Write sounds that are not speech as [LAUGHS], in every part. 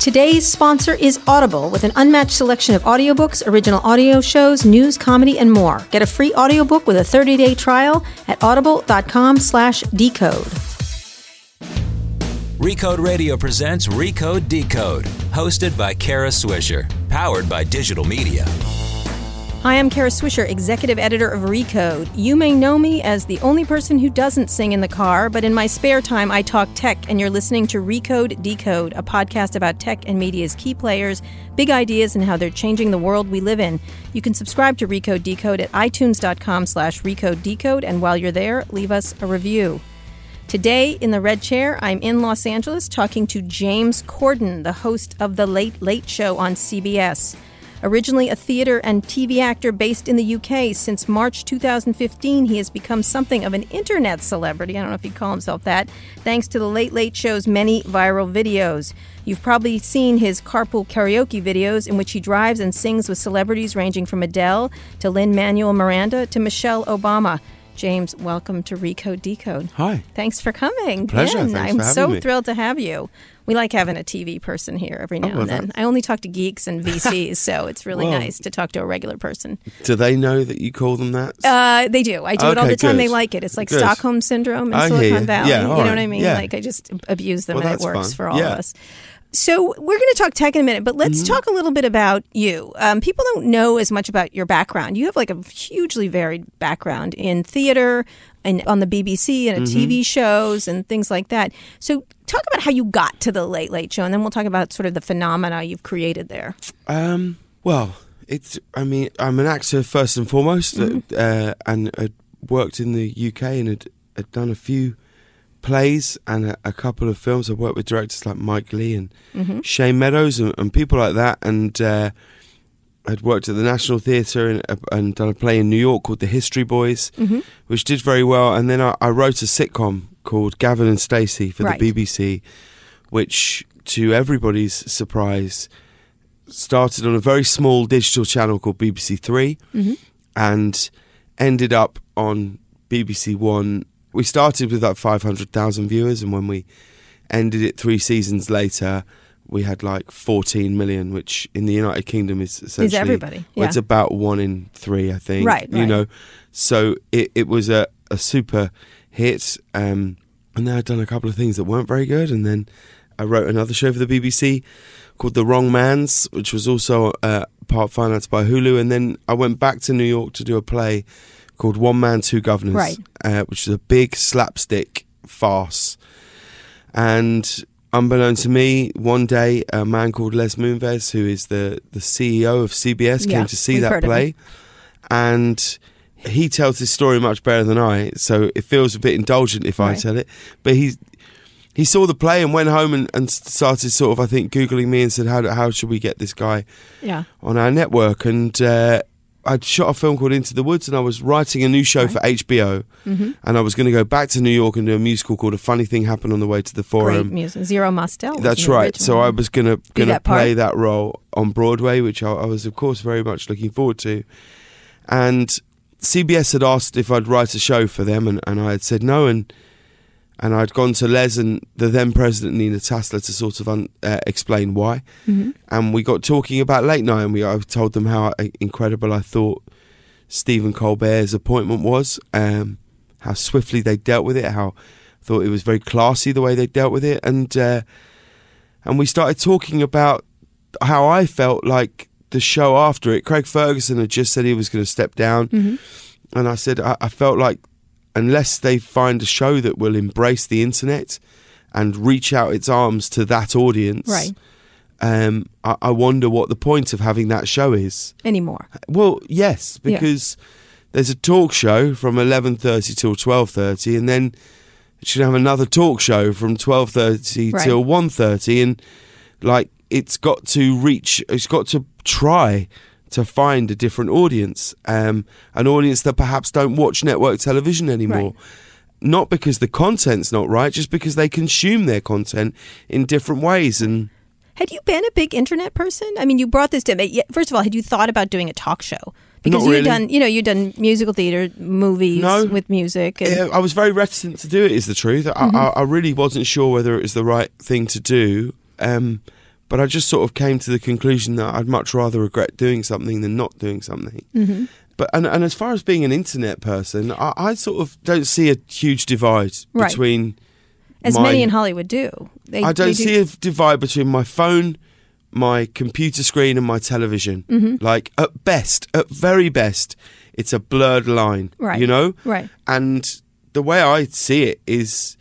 Today's sponsor is Audible, with an unmatched selection of audiobooks, original audio shows, news, comedy, and more. Get a free audiobook with a 30-day trial at audible.com slash decode. Recode Radio presents Recode Decode, hosted by Kara Swisher, powered by digital media. Hi, I'm Kara Swisher, executive editor of Recode. You may know me as the only person who doesn't sing in the car, but in my spare time, I talk tech, and you're listening to Recode Decode, a podcast about tech and media's key players, big ideas, and how they're changing the world we live in. You can subscribe to Recode Decode at itunes.com slash Recode Decode, and while you're there, leave us a review. Today, in the red chair, I'm in Los Angeles talking to James Corden, the host of The Late Late Show on CBS. Originally a theater and TV actor based in the UK, since March 2015, he has become something of an internet celebrity. I don't know if he'd call himself that, thanks to the Late Late Show's many viral videos. You've probably seen his carpool karaoke videos, in which he drives and sings with celebrities ranging from Adele to Lynn Manuel Miranda to Michelle Obama. James, welcome to Recode Decode. Hi. Thanks for coming. Pleasure. Ben, Thanks for I'm having so me. thrilled to have you. We like having a TV person here every now Oh, well, and then. I only talk to geeks and VCs, so it's really Well- nice to talk to a regular person. Do they know that you call them that? Uh, they do. I do it all Okay, the time. good. They like it. It's like Good. Stockholm syndrome in I hear Silicon you. Valley. Yeah, you know all what right. I mean? Yeah. Like I just abuse them Well, and it that's works fun. for all Yeah. Mm-hmm. of us. So we're going to talk tech in a minute, but let's talk a little bit about you. Um, people don't know as much about your background. You have like a hugely varied background in theater and on the BBC and at Mm-hmm. TV shows and things like that. So talk about how you got to the Late Late Show, and then we'll talk about sort of the phenomena you've created there. Um, well, it's. I mean, I'm an actor first and foremost, uh, and I'd worked in the UK and had, had done a few plays and a, a couple of films. I've worked with directors like Mike Lee and Shane Meadows and, and people like that, and uh, I'd worked at the National Theatre and, uh, and done a play in New York called The History Boys, which did very well. And then I, I wrote a sitcom called Gavin and Stacey for Right. the BBC, which, to everybody's surprise, started on a very small digital channel called BBC 3 Mm-hmm. and ended up on BBC One. We started with like 500,000 viewers, and when we ended it three seasons later, we had like 14 million, which in the United Kingdom is essentially everybody, well, it's yeah. about one in three, I think. Right, You right. know, so it, it was a, a super hit. Um, and then I'd done a couple of things that weren't very good. And then I wrote another show for the BBC called The Wrong Man's, which was also uh, part financed by Hulu. And then I went back to New York to do a play called One Man, Two Governors, Right. uh, which is a big slapstick farce. And unbeknownst to me, one day a man called Les Moonves, who is the, the CEO of CBS, Yeah, came to see we've that heard of play. And he tells his story much better than I, so it feels a bit indulgent if I Right. tell it. But he he saw the play and went home and, and started sort of, I think, googling me and said, "How do- how should we get this guy Yeah. on our network, and uh, I'd shot a film called Into the Woods, and I was writing a new show for HBO, Mm-hmm. and I was going to go back to New York and do a musical called A Funny Thing Happened on the Way to the Great Forum. music. Zero Mostel. was um, That's the right. So original. I was gonna gonna that part. play that role on Broadway, which I, I was, of course, very much looking forward to. And CBS had asked if I'd write a show for them, and, and I had said no, and and I'd gone to Les and the then president Nina Tassler to sort of un, uh, explain why. Mm-hmm. And we got talking about late night, and we I told them how uh, incredible I thought Stephen Colbert's appointment was, um, how swiftly they dealt with it, how I thought it was very classy the way they dealt with it, and uh, and we started talking about how I felt like the show after it. Craig Ferguson had just said he was going to step down, and I said I, I felt like unless they find a show that will embrace the internet and reach out its arms to that audience, Right. Um, I, I wonder what the point of having that show is. Anymore. Well, yes, Yeah. because there's a talk show from eleven thirty till twelve thirty, and then should have another talk show from twelve thirty Right. till one thirty, and like it's got to reach, it's got to try to find a different audience, um, an audience that perhaps don't watch network television anymore. Not because the content's not right, just because they consume their content in different ways, and Had you been a big internet person? I mean, you brought this to me. yeah, First of all, had you thought about doing a talk show? Because Not you had really. done, you know, you had done musical theater, movies No. with music. And, Yeah, I was very reticent Mm-hmm. to do it. Is the truth. I, I, I really wasn't sure whether it was the right thing to do. Um, But I just sort of came to the conclusion that I'd much rather regret doing something than not doing something. hmm But and, and as far as being an internet person, I, I sort of don't see a huge divide Right. between. As my- many in Hollywood do. They, they I don't see a divide between my phone, my computer screen, and my television. Mm-hmm. Like at best, at very best, it's a blurred line. Right. You know. Right. And the way I see it is,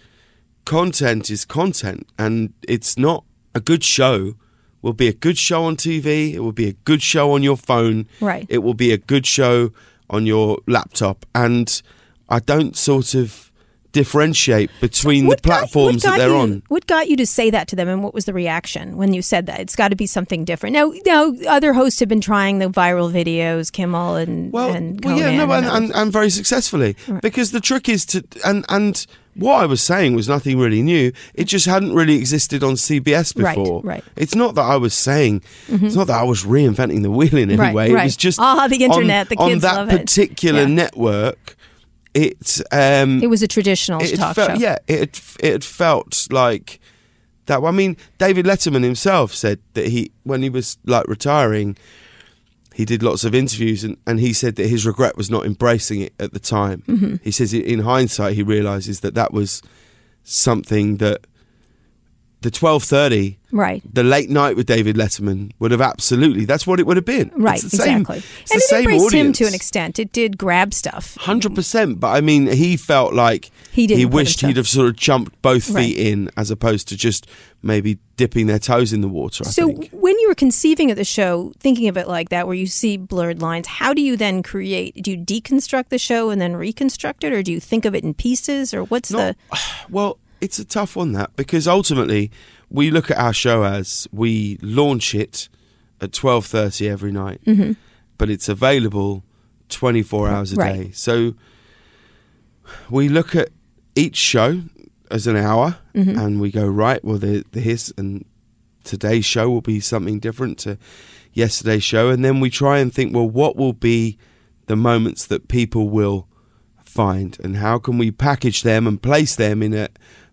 content is content, and it's not a good show. Will be a good show on TV. It will be a good show on your phone. Right. It will be a good show on your laptop, and I don't sort of differentiate between the What got- what platforms that got they're you- on. What got you to say that to them, and what was the reaction when you said that? It's got to be something different. Now, now, other hosts have been trying the viral videos, Kimmel and well, and well, yeah, Conan no, and, others. and, and very successfully because the trick is to and and what I was saying was nothing really new. It just hadn't really existed on CBS Mm-hmm. Right, before. right. Mm-hmm. It's not that I was saying. It's not that I was reinventing the wheel in any Right, way. right. It was just Ah, the on- internet, the on, kids that love it. particular Yeah. network. It um it was a traditional it talk felt, show. Yeah, it had f- it had felt like that. I mean, David Letterman himself said that he, when he was like retiring, he did lots of interviews, and, and he said that his regret was not embracing it at the time. Mm-hmm. He says i- in hindsight he realizes that that was something that the twelve thirty. Right. The late night with David Letterman would have absolutely. That's what it would have been. Right, It's the same- exactly. it's and the it same embraced him audience. to an extent. It did grab stuff. Hundred percent, but I mean, he felt like He didn't put wished himself- he'd have sort of jumped both Right. feet in, as opposed to just maybe dipping their toes in the water. I So, think. when you were conceiving of the show, thinking of it like that, where you see blurred lines, how do you then create? Do you deconstruct the show and then reconstruct it, or do you think of it in pieces, or what's the? [SIGHS] well, it's a tough one that because ultimately we look at our show as we launch it at twelve thirty every night, Mm-hmm. but it's available twenty four hours a Right. day. So we look at each show as an hour, and we go right. Well, the, the his and today's show will be something different to yesterday's show, and then we try and think, well, what will be the moments that people will find, and how can we package them and place them in a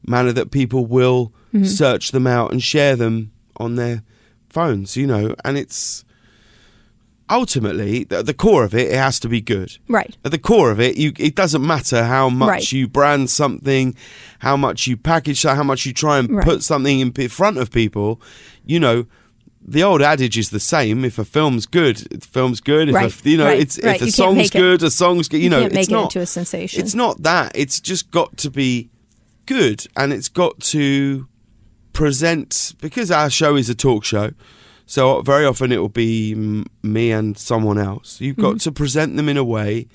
manner that people will search them out and share them on their phones, you know, and it's ultimately at the core of it, it has to be good Right. at the core of it, you, it doesn't matter how much Right. you brand something, how much you package that, how much you try and Right. put something in p- front of people. You know, the old adage is the same. If a film's good, the film's good. If Right, a, you know, right, it's right. if a You can't song's make it- good, a song's good. You, know, can't it's make it not into a sensation. It's not that. It's just got to be good, and it's got to present because our show is a talk show. So very often it will be m- me and someone else. You've got Mm-hmm. to present them in a way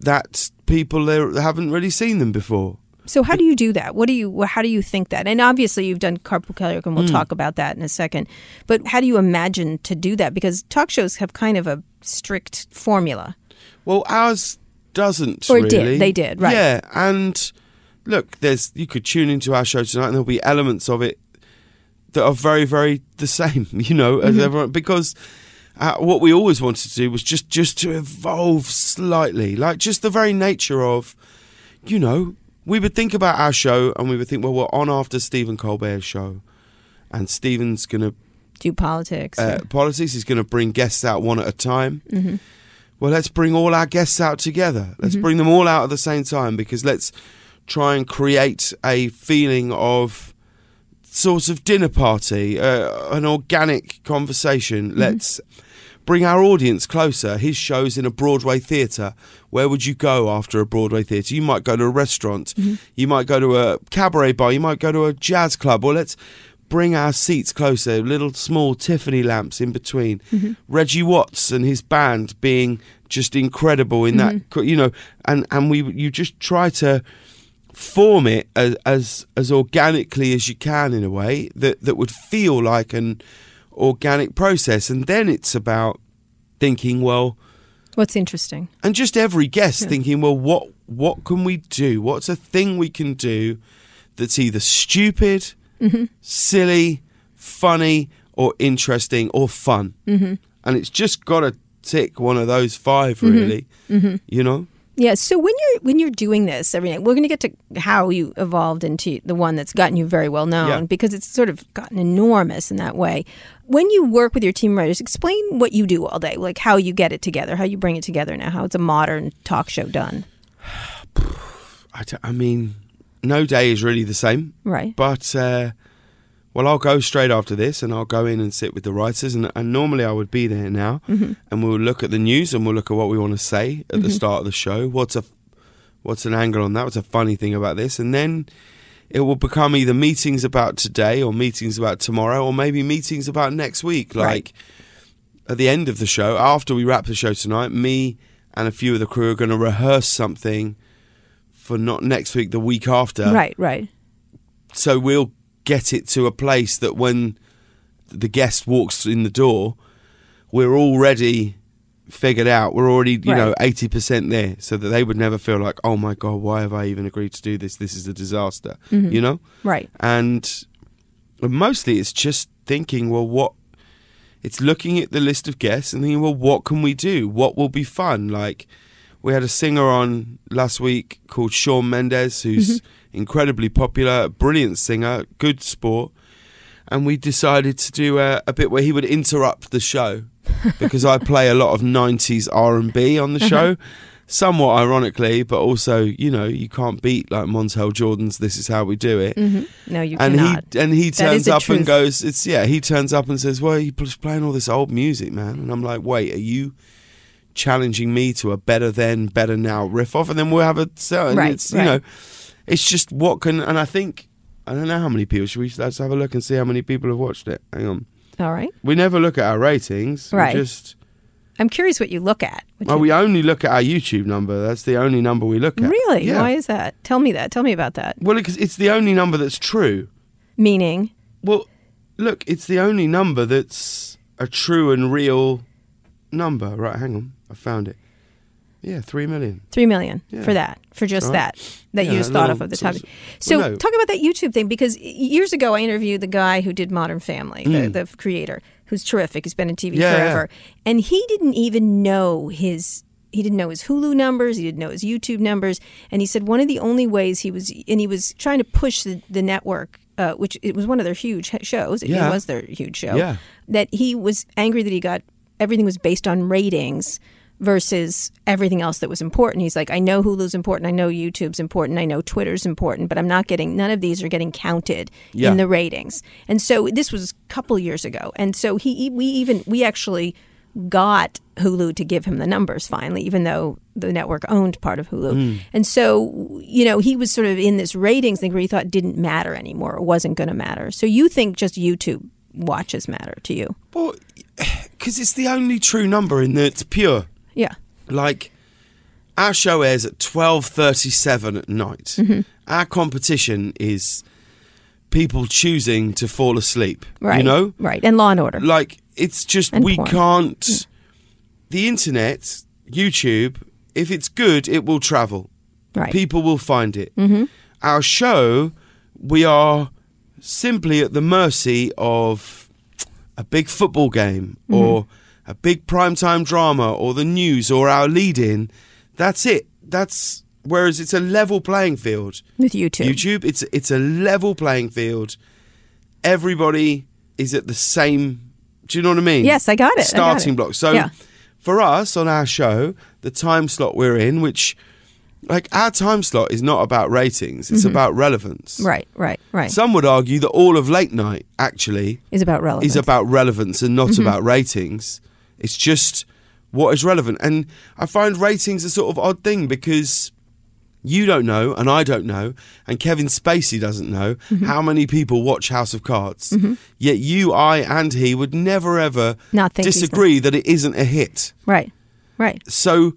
that people there haven't really seen them before. So how do you do that? What do you? How do you think that? And obviously, you've done carpool karaoke, Hmm. and we'll talk about that in a second. But how do you imagine to do that? Because talk shows have kind of a strict formula. Well, ours doesn't. Or it really. did. They did, right. Yeah, and look, there's you could tune into our show tonight, and there'll be elements of it that are very, very the same. [LAUGHS] You know, Mm-hmm. as everyone because. Uh, what we always wanted to do was just just to evolve slightly, like just the very nature of, you know, we would think about our show and we would think, well, we're on after Stephen Colbert's show, and Stephen's gonna Do politics? uh, politics. He's going to bring guests out one at a time. Well, let's bring all our guests out together. Let's bring them all out at the same time because let's try and create a feeling of sort of dinner party, uh, an organic conversation. Let's bring our audience closer. His show's in a Broadway theatre. Where would you go after a Broadway theatre? You might go to a restaurant, you might go to a cabaret bar, you might go to a jazz club. Well, let's bring our seats closer, little small Tiffany lamps in between. Reggie Watts and his band being just incredible in that, co- you know, and, and we you just try to form it as, as as organically as you can in a way that that would feel like an organic process and then it's about thinking well What's interesting? and just every guest thinking well what what can we do what's a thing we can do that's either stupid silly funny or interesting or fun mm-hmm. and it's just got to tick one of those five really you know Yeah. So when you're when you're doing this every night, we're going to get to how you evolved into the one that's gotten you very well known Yeah. because it's sort of gotten enormous in that way. When you work with your team writers, explain what you do all day, like how you get it together, how you bring it together now, how it's a modern talk show done. I, don't- I mean, no day is really the same. Right. But uh, well, I'll go straight after this, and I'll go in and sit with the writers, and, and normally I would be there now, Mm-hmm. and we'll look at the news, and we'll look at what we want to say at the start of the show. What's a what's an angle on that? What's a funny thing about this? And then it will become either meetings about today, or meetings about tomorrow, or maybe meetings about next week. Like Right. at the end of the show, after we wrap the show tonight, me and a few of the crew are going to rehearse something for not next week, the week after, right. Right. so we'll get it to a place that when the guest walks in the door, we're already figured out. We're already, you know, eighty percent there, so that they would never feel like, oh my god, why have I even agreed to do this? This is a disaster, you know. Right. And mostly, it's just thinking, well, what? It's looking at the list of guests and thinking, well, what can we do? What will be fun? Like, we had a singer on last week called Sean Mendes, who's incredibly popular, brilliant singer, good sport. And we decided to do a, a bit where he would interrupt the show because I play a lot of '90s R&B on the show, somewhat ironically, but also, you know, you can't beat like Montel Jordan's "This Is How We Do It." Mm-hmm. No, you and cannot. he and That he is turns the up and truth. goes, "It's yeah." He turns up and says, "Well, you're just playing all this old music, man." And I'm like, "Wait, are you challenging me to a better then, better now riff off?" And then we'll have a so and Right, it's right. you know, it's just what can and I think I don't know how many people. Should we let's have a look and see how many people have watched it? Hang on, all right. we never look at our ratings. Right. We just I'm curious what you look at. What well, you- we only look at our YouTube number. That's the only number we look at. really? Yeah. Why is that? Tell me that. Tell me about that. well, because it's the only number that's true. Meaning. Well, look, it's the only number that's a true and real number. Right, hang on. I found it. Yeah, three million. Three million Yeah. for that, for just All right. that, that you Yeah, just a thought little of at the sort topic. of- So, well, no. talk about that YouTube thing because years ago I interviewed the guy who did Modern Family, the, the creator, who's terrific. He's been in TV Mm. Yeah, yeah. forever, and he didn't even know his. He didn't know his Hulu numbers. He didn't know his YouTube numbers, and he said one of the only ways he was, and he was trying to push the, the network, uh, which it was one of their huge he- shows. Yeah. It was their huge show Yeah. that he was angry that he got everything was based on ratings versus everything else that was important. He's like, I know Hulu's important, I know YouTube's important, I know Twitter's important, but I'm not getting none of these are getting counted Yeah. in the ratings. And so this was a couple years ago, and so he e, we even we actually got Hulu to give him the numbers finally, even though the network owned part of Hulu. Mm. And so you know he was sort of in this ratings thing where he thought it didn't matter anymore, it wasn't going to matter. So you think just YouTube watches matter to you? Well, [SIGHS] because it's the only true number in that it's pure. Yeah. Like, our show airs at twelve thirty-seven at night. Our competition is people choosing to fall asleep. Right. You know, Right. And Law and Order. like it's just And we porn. can't the internet youtube if it's good it will travel Right. people will find it our show we are simply at the mercy of a big football game or a big primetime drama or the news or our lead in that's it that's whereas it's a level playing field With YouTube. YouTube. It's it's a level playing field. Everybody is at the same. Do you know what I mean? Yes, I got it, I got Starting it. block. So Yeah. for us on our show, the time slot we're in, which like our time slot is not about ratings. It's about relevance. Mm-hmm. Right. Right. Right. Some would argue that all of late night actually is about relevance. is about relevance and Mm-hmm. not about ratings. It's just what is relevant. And I find ratings a sort of odd thing because you don't know, and I don't know, and Kevin Spacey doesn't know Mm-hmm. how many people watch House of Cards. Yet you, I, and he would never ever Not think he's the- disagree that it isn't a hit. right. Right. So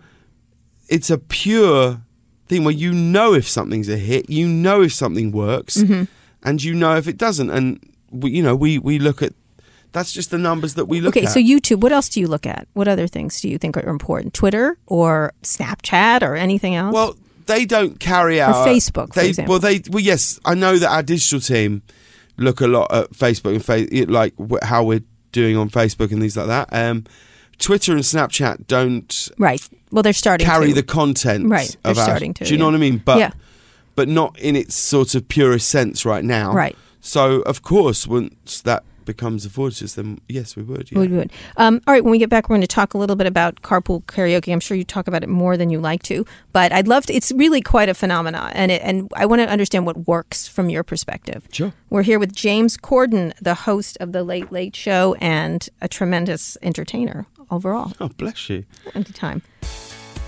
it's a pure thing where you know if something's a hit, you know if something works, Mm-hmm. and you know if it doesn't. And we, you know, we we look at that's just the numbers that we look okay. at. So YouTube. What else do you look at? What other things do you think are important? Twitter or Snapchat or anything else? well, they don't carry out Facebook, for They example. well, they well, yes, I know that our digital team look a lot at Facebook and fa- like wh- how we're doing on Facebook and things like that. Um, Twitter and Snapchat don't Right. Well, they're starting carry to. the content Right, they're of our- starting to, Do you know yeah. what I mean? But Yeah. but not in its sort of purest sense right now. Right. So of course, once that becomes afforded to us, then yes, we would. Yeah. We would. Um, all right, when we get back, we're going to talk a little bit about carpool karaoke. I'm sure you talk about it more than you like to, but I'd love to. It's really quite a phenomena, and it, and I want to understand what works from your perspective. Sure. We're here with James Corden, the host of the Late Late Show, and a tremendous entertainer overall. Oh, bless you. Anytime.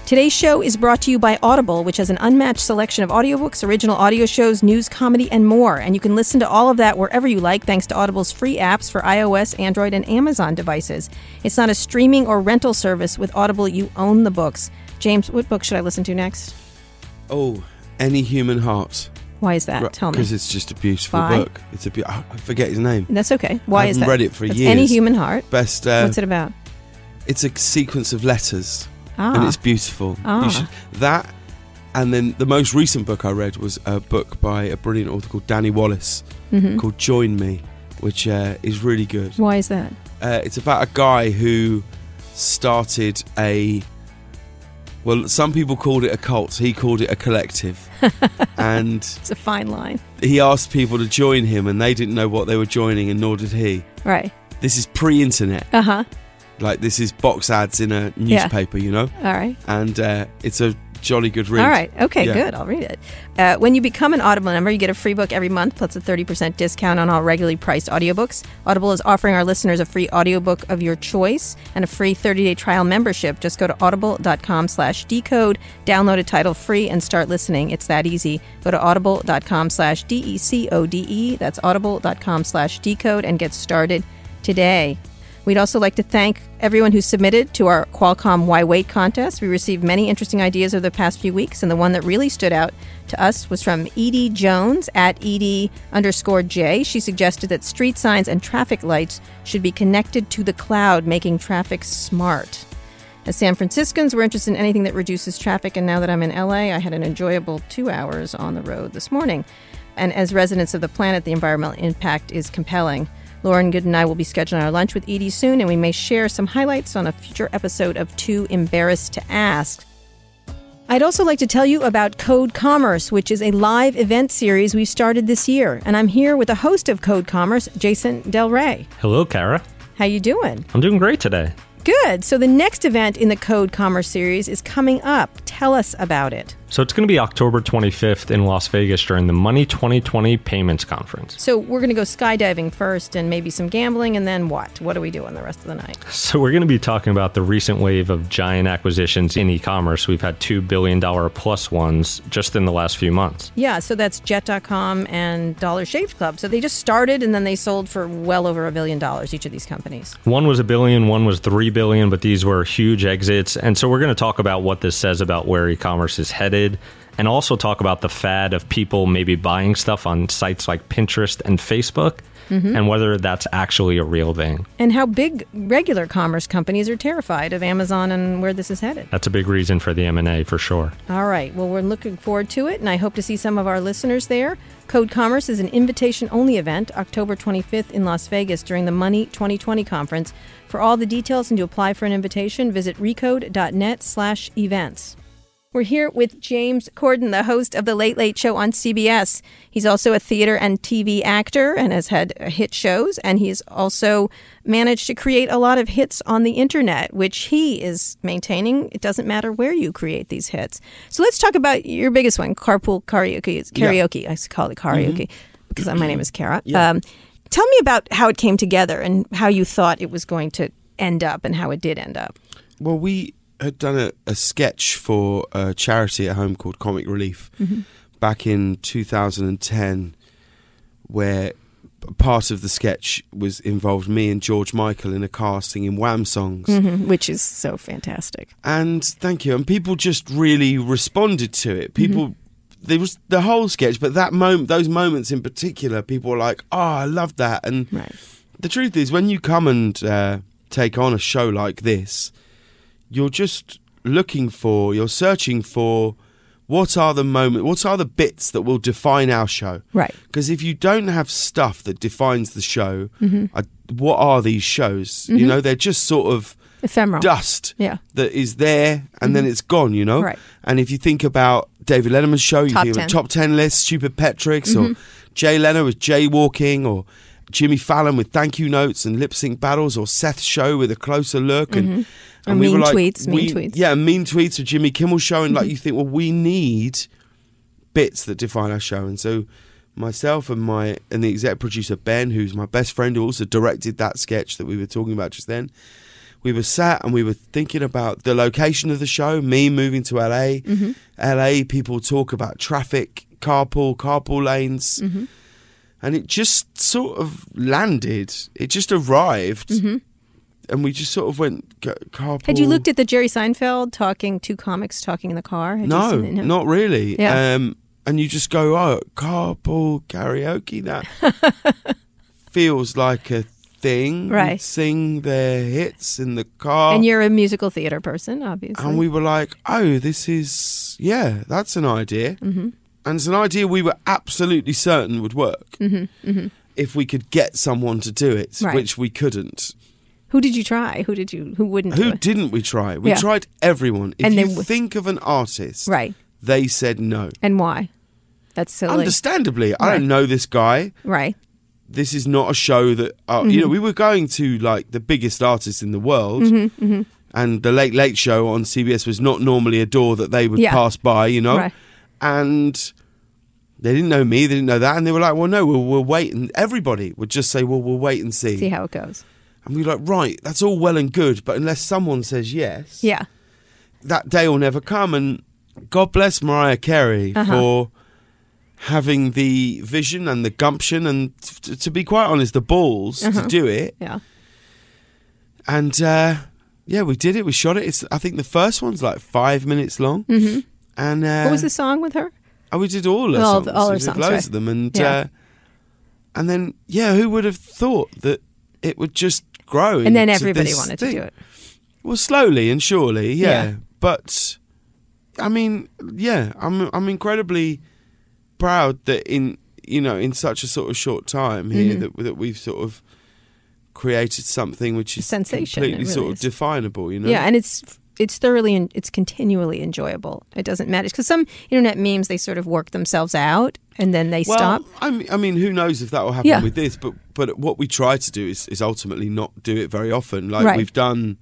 Today's show is brought to you by Audible, which has an unmatched selection of audiobooks, original audio shows, news, comedy, and more. And you can listen to all of that wherever you like thanks to Audible's free apps for iOS, Android, and Amazon devices. It's not a streaming or rental service. With Audible, you own the books. James, what book should I listen to next? Oh, any human heart. Why is that? Uh, Tell me. Because it's just a beautiful By? book. It's a be- oh, I forget his name. That's okay. Why I is haven't that? read it for That's Any years. human heart. Best. Uh, What's it about? It's a sequence of letters, Ah, and it's beautiful. Ah. You should, that, and then the most recent book I read was a book by a brilliant author called Danny Wallace mhm. called "Join Me," which uh, is really good. Why is that? Uh, it's about a guy who started a. Well, some people called it a cult. He called it [LAUGHS] a collective, and It's a fine line. he asked people to join him, and they didn't know what they were joining, and nor did he. Right. This is pre-internet, Uh huh. like this is box ads in a Yeah. newspaper, you know, All right. and uh, it's a jolly good read. All right. Okay, Yeah. good. I'll read it. Uh, when you become an Audible member, you get a free book every month plus a 30% discount on all regularly priced audiobooks. Audible is offering our listeners a free audiobook of your choice and a free 30-day trial membership. Just go to audible.com slash decode, download a title free, and start listening. It's that easy. Go to audible.com slash E D-E-C-O-D-E. That's audible.com slash decode and get started today. We'd also like to thank everyone who submitted to our Qualcomm Why Wait contest. We received many interesting ideas over the past few weeks, and the one that really stood out to us was from Edie Jones at Edie underscore J. She suggested that street signs and traffic lights should be connected to the cloud, making traffic smart. As San Franciscans, we're interested in anything that reduces traffic, and now that I'm in LA, I had an enjoyable two hours on the road this morning. And as residents of the planet, the environmental impact is compelling. Lauren Good and I will be scheduling our lunch with Edie soon, and we may share some highlights on a future episode of Too Embarrassed to Ask. I'd also like to tell you about Code Commerce, which is a live event series we've started this year, and I'm here with the host of Code Commerce, Jason Del Rey. Hello, Kara. How you doing? I'm doing great today. Good. So the next event in the Code Commerce series is coming up. Tell us about it. So it's going to be October 25th in Las Vegas during the Money 2020 Payments Conference. So we're going to go skydiving first and maybe some gambling and then what? What do we do on the rest of the night? So we're going to be talking about the recent wave of giant acquisitions in e-commerce. We've had 2 billion dollar plus ones just in the last few months. Yeah, so that's jet.com and Dollar Shave Club. So they just started and then they sold for well over a billion dollars each of these companies. One was a billion, one was 3 billion, but these were huge exits. And so we're going to talk about what this says about where e-commerce is headed and also talk about the fad of people maybe buying stuff on sites like Pinterest and Facebook and whether that's actually a real thing. And how big regular commerce companies are terrified of Amazon and where this is headed. That's a big reason for the M&A for sure. All right. Well, we're looking forward to it, and I hope to see some of our listeners there. Code Commerce is an invitation only event, October 25th in Las Vegas during the Money 2020 conference. For all the details and to apply for an invitation, visit recode.net slash events. We're here with James Corden, the host of The Late Late Show on CBS. He's also a theater and TV actor and has had uh, hit shows, and he has also managed to create a lot of hits on the internet, which he is maintaining. It doesn't matter where you create these hits. So let's talk about your biggest one, Carpool Karaoke. Karaoke, I call it karaoke because my name is Kara. Um, tell me about how it came together and how you thought it was going to end up and how it did end up. Well, we had done a, a sketch for a charity at home called Comic Relief Mm-hmm. back in 2010, where p- part of the sketch was involved me and George Michael in a car singing Wham songs. [LAUGHS] Which is so fantastic. And thank you. And people just really responded to Mm-hmm. it. People. There was the whole sketch, but that moment, those moments in particular, people were like, "Oh, I love that!" And Right. the truth is, when you come and uh, take on a show like this, you're just looking for, you're searching for what are the moment, what are the bits that will define our show. Right. Because if you don't have Mm-hmm. stuff that defines the show, uh, what are these shows? You know, they're just sort of Ephemeral. dust Yeah. Mm-hmm. that is there and then it's gone, you know? Right. And if you think about David Letterman's show, you Top Mm-hmm. think 10. about top 10 lists, Stupid Petricks, or Jay Leno with Jaywalking, or Jimmy Fallon with thank you notes and lip sync battles, or Seth's show with a closer look. And, Or Mm-hmm. mean tweets, mean we- tweets. Mm-hmm. Yeah, mean tweets with Jimmy Kimmel show. And like, you think, well, we need bits that define our show. And so myself and my and the exec producer Ben, who's my best friend, who also directed that sketch that we were talking about just then, we were sat and we were thinking about the location of the show, me moving to LA. Mm-hmm. LA people talk about traffic, carpool, carpool lanes. Mm-hmm. And it just sort of landed. It just arrived. And we just sort of went "Ca- carpool. Mm-hmm. Had you looked at the Jerry Seinfeld talking two comics talking in the car? Had you No, seen it? not really. Yeah. Um, and you just go, oh, carpool karaoke. [LAUGHS] That feels like a thing. We'd Right. sing their hits in the car. And you're a musical theater person, obviously. and we were like, oh, this is, yeah, that's an idea. Mm-hmm. And it's an idea we were absolutely certain would work if we could get someone to do it, Mm-hmm, Right. which we couldn't. who did you try? Who did you? Who wouldn't? do Who it? didn't we try? We Yeah. tried everyone. If And they you w- think of an artist, Right. they said no. And why? That's silly. Understandably, I Right. don't know this guy. right. This is not a show that uh, you Mm-hmm. know. We were going to like the biggest artists in the world, Mm-hmm, and the Late Late Show on CBS was not normally a door that they would Yeah. pass by, you know. Right. And they didn't know me, they didn't know that, and they were like, "Well, no, we'll, we'll wait." And everybody would just say, "Well, we'll wait and see." See how it goes. And we were like, "Right, that's all well and good, but unless someone says yes, Yeah. that day will never come. And God bless Mariah Carey Uh-huh. for having the vision and the gumption and, t- to be quite honest, the balls Uh-huh. to do it. Yeah. And uh, yeah, we did it. We shot it. It's I think the first one's like five minutes long. Mm-hmm. And uh, what was the song with her? Oh, we did all her All songs. the- all we her did songs, loads right. of them, and Yeah. uh, and then yeah, who would have thought that it would just grow? And then into everybody this wanted thing? to do it. Well, slowly and surely, yeah. Yeah. But I mean, yeah, I'm I'm incredibly proud that in you know in such a sort of short time here Mm-hmm. that that we've sort of created something which is sensation, it completely really sort of is. definable. You know, Yeah, and it's it's thoroughly and it's continually enjoyable. It doesn't matter because some internet memes they sort of work themselves out and then they Well, stop. [LAUGHS] I mean, I mean, who knows if that will happen Yeah. with this? But but what we try to do is, is ultimately not do it very often. Like Right. we've done,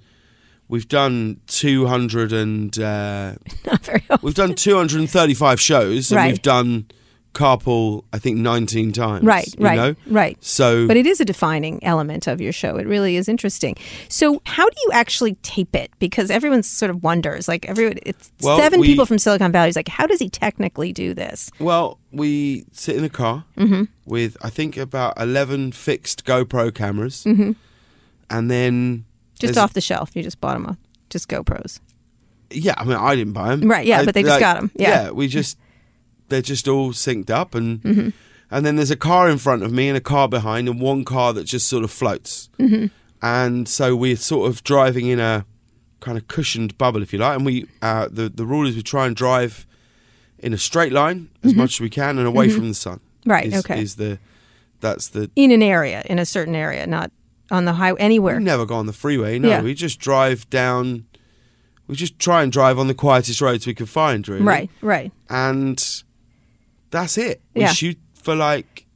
we've done two hundred and uh, Not very often. [LAUGHS] we've done two hundred and thirty five shows, and Right. we've done carpool I think nineteen times. Right, you right, know? right. So, But it is a defining element of your show. It really is interesting. So, how do you actually tape it? Because everyone sort of wonders. Like, everyone, it's Well, seven we- people from Silicon Valley is like, how does he technically do this? well, we sit in a car Mm-hmm. with I think about eleven fixed GoPro cameras, and then Mm-hmm. Just there's- off the shelf. You just bought them off. Just GoPros. Yeah, I mean, I didn't buy them. Right, yeah, but they just got 'em, yeah. we just they're just all synced up, and Mm-hmm. and then there's a car in front of me and a car behind, and one car that just sort of floats. Mm-hmm. And so we're sort of driving in a kind of cushioned bubble, if you like. And we uh, the the rule is we try and drive in a straight line as much as we can and away from the sun. Mm-hmm. Right, Is, okay. Is the that's the In an area, in a certain area, not on the highway, anywhere. we never go on the freeway. No, Yeah. we just drive down. We just try and drive on the quietest roads we can find. Really. Right, right. and that's it. We Yeah. shoot for like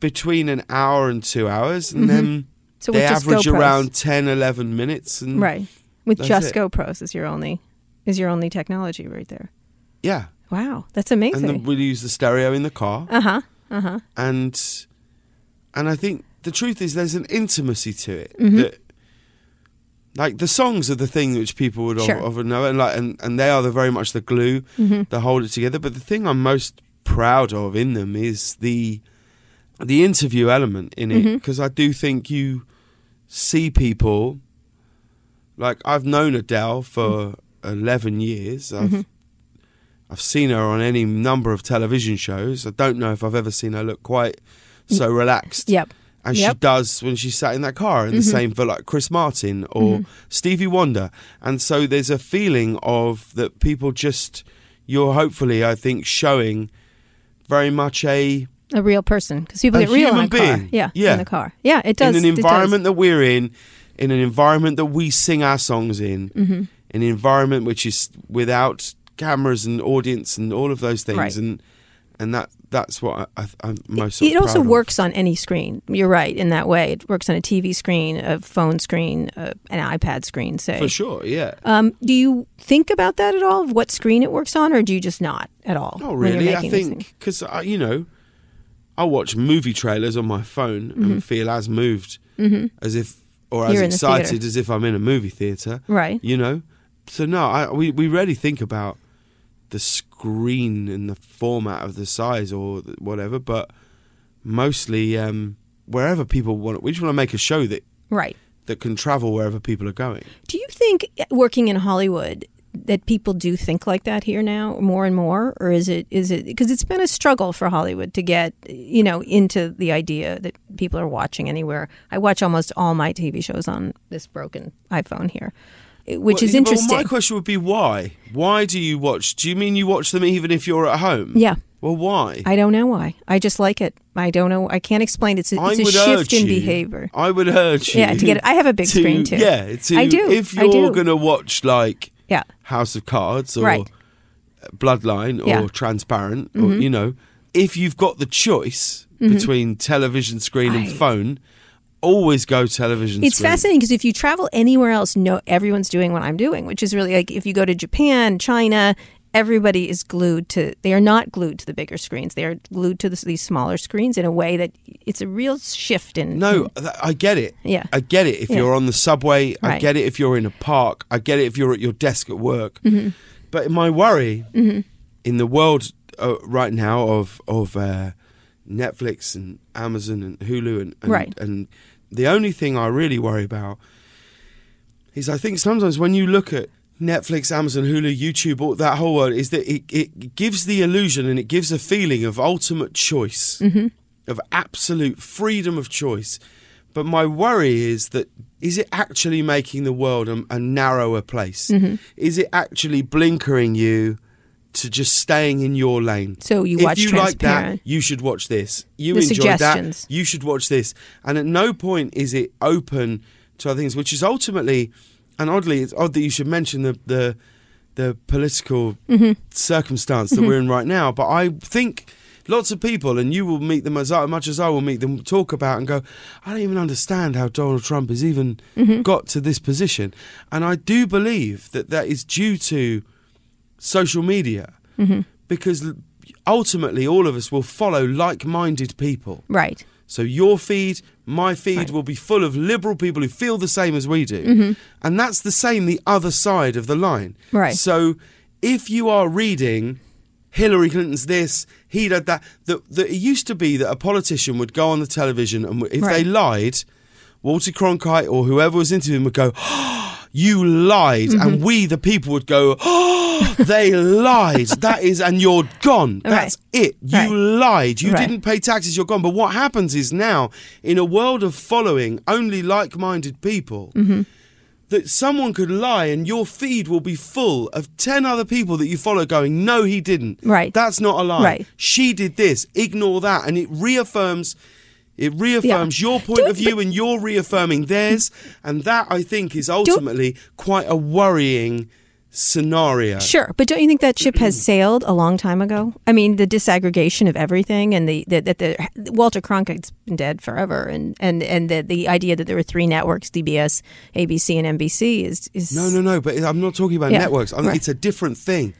between an hour and two hours, and then Mm-hmm. So they with just average GoPros. around 10, 11 minutes. And Right. With Hmm. That's just it. GoPros is your only is your only technology right there. Yeah. Wow, that's And amazing. then we'll use the stereo in the car. uh huh. and and I think the truth is there's an intimacy to it Mm-hmm. that like the songs are the thing which people would Sure. Mm-hmm. sure. often know and like and, and they are the very much the glue that hold it together but the thing I'm most proud of in them is the the interview element in it Mm-hmm. because I do think you see people like I've known Adele for 11 years I've Mm-hmm. I've seen her on any number of television shows. I don't know if I've ever seen her look quite so relaxed. Mm. Yep. And she Yep. Mm-hmm. does when she sat in that car, and the same for like Chris Martin or Stevie Wonder. And so there's a feeling of that people just, you're hopefully, I think, showing very much a, A real person because people A get real in human a car. being. Yeah, Yeah. in the car. Yeah, it does. in an it does. environment that we're in, in an environment that we sing our songs in, Mm-hmm. an environment which is without cameras and audience and all of those things, Right. and and that that's what I, I, I'm most. sort It of also proud of. works on any screen. You're right in that way. It works on a TV screen, a phone screen, uh, an iPad screen, say. for sure. Yeah. Um, do you think about that at all, of what screen it works on, or do you just not at all? Not when you're really. I making these think things? because you know, I watch movie trailers on my phone and feel as moved as if, or Mm-hmm. You're in as the excited theatre. as if I'm in a movie theater. Right. You know. So no, I, we we rarely think about the screen and the format of the size or th- whatever, but mostly um, wherever people want. We just want to make a show that Right. that can travel wherever people are going. Do you think uh, working in Hollywood that people do think like that here now more and more, or is it is it because it's been a struggle for Hollywood to get you know into the idea that people are watching anywhere? I watch almost all my TV shows on this broken iPhone here, uh, which Well, is yeah, well, interesting. my question would be why? Why do you watch? Do you mean you watch them even if you're at home? Yeah. Well, why? I don't know why. I just like it. I don't know. I can't explain. It's a, it's a shift in behavior. I would urge you. Yeah, to get it- I have a big to- screen, too. Yeah, to, I do, If I you're do. going to watch like Yeah. House of Cards or Right. Bloodline or Yeah. Mm-hmm. Transparent, or you know, if you've got the choice between television screen and phone, always go television. It's screen. fascinating because if you travel anywhere else, no, everyone's doing what I'm doing, which is really like if you go to Japan, China, everybody is glued to. They are not glued to the bigger screens. They are glued to this, these smaller screens in a way that it's a real shift in. [LAUGHS] No, th- I get it. Hmm. Yeah. I get it. If Yeah. you're on the subway, I Right. get it. If you're in a park, I get it. If you're at your desk at work. Mm-hmm. But my worry in the world uh, right now of of uh, Netflix and Amazon and Hulu and and, Right. and the only thing I really worry about is I think sometimes when you look at Netflix, Amazon, Hulu, YouTube, all that whole world is that it, it gives the illusion and it gives a feeling of ultimate choice, Mm-hmm. of absolute freedom of choice. But my worry is that is it actually making the world a, a narrower place? Mm-hmm. Is it actually blinkering you to just staying in your lane? So you if watch you like that, Transparent. you should watch this. You The enjoy that, suggestions. you should watch this. And at no point is it open to other things, which is ultimately, and oddly, it's odd that you should mention the the, the political Mm-hmm. circumstance that we're in right now. But I think lots of people, and you will meet them as I- much as I will meet them, talk about and go, I don't even understand how Donald Trump has even Mm-hmm. got to this position. And I do believe that that is due to social media because l- ultimately all of us will follow like-minded people Right. so your feed, my feed will be full of liberal people who feel the same as we do. Mm-hmm. And that's the same the other side of the line. Right. So if you are reading Hillary Clinton's this, he did that, that, that it used to be that a politician would go on the television and if they Right. lied, Walter Cronkite or whoever was interviewing would go, [GASPS] you lied. Mm-hmm. And we, the people, would go, [GASPS] oh, they lied. That is, and you're gone. That's it. You Right. lied. You Right. didn't pay taxes, you're gone. But what happens is now, in a world of following only like minded people, Mm-hmm. that someone could lie and your feed will be full of 10 other people that you follow going, no, he didn't. Right. That's not a lie. Right. She did this. Ignore that. And it reaffirms. It reaffirms your point Don't- of view and you're reaffirming theirs. And that, I think, is ultimately quite a worrying scenario. Sure, but don't you think that ship has sailed a long time ago? I mean, the disaggregation of everything, and the that that the, Walter Cronkite's been dead forever, and and and the the idea that there were three networks, DBS, ABC, and NBC, is is No, no, no. But I'm not talking about Yeah, networks. I'm, right. It's a different thing.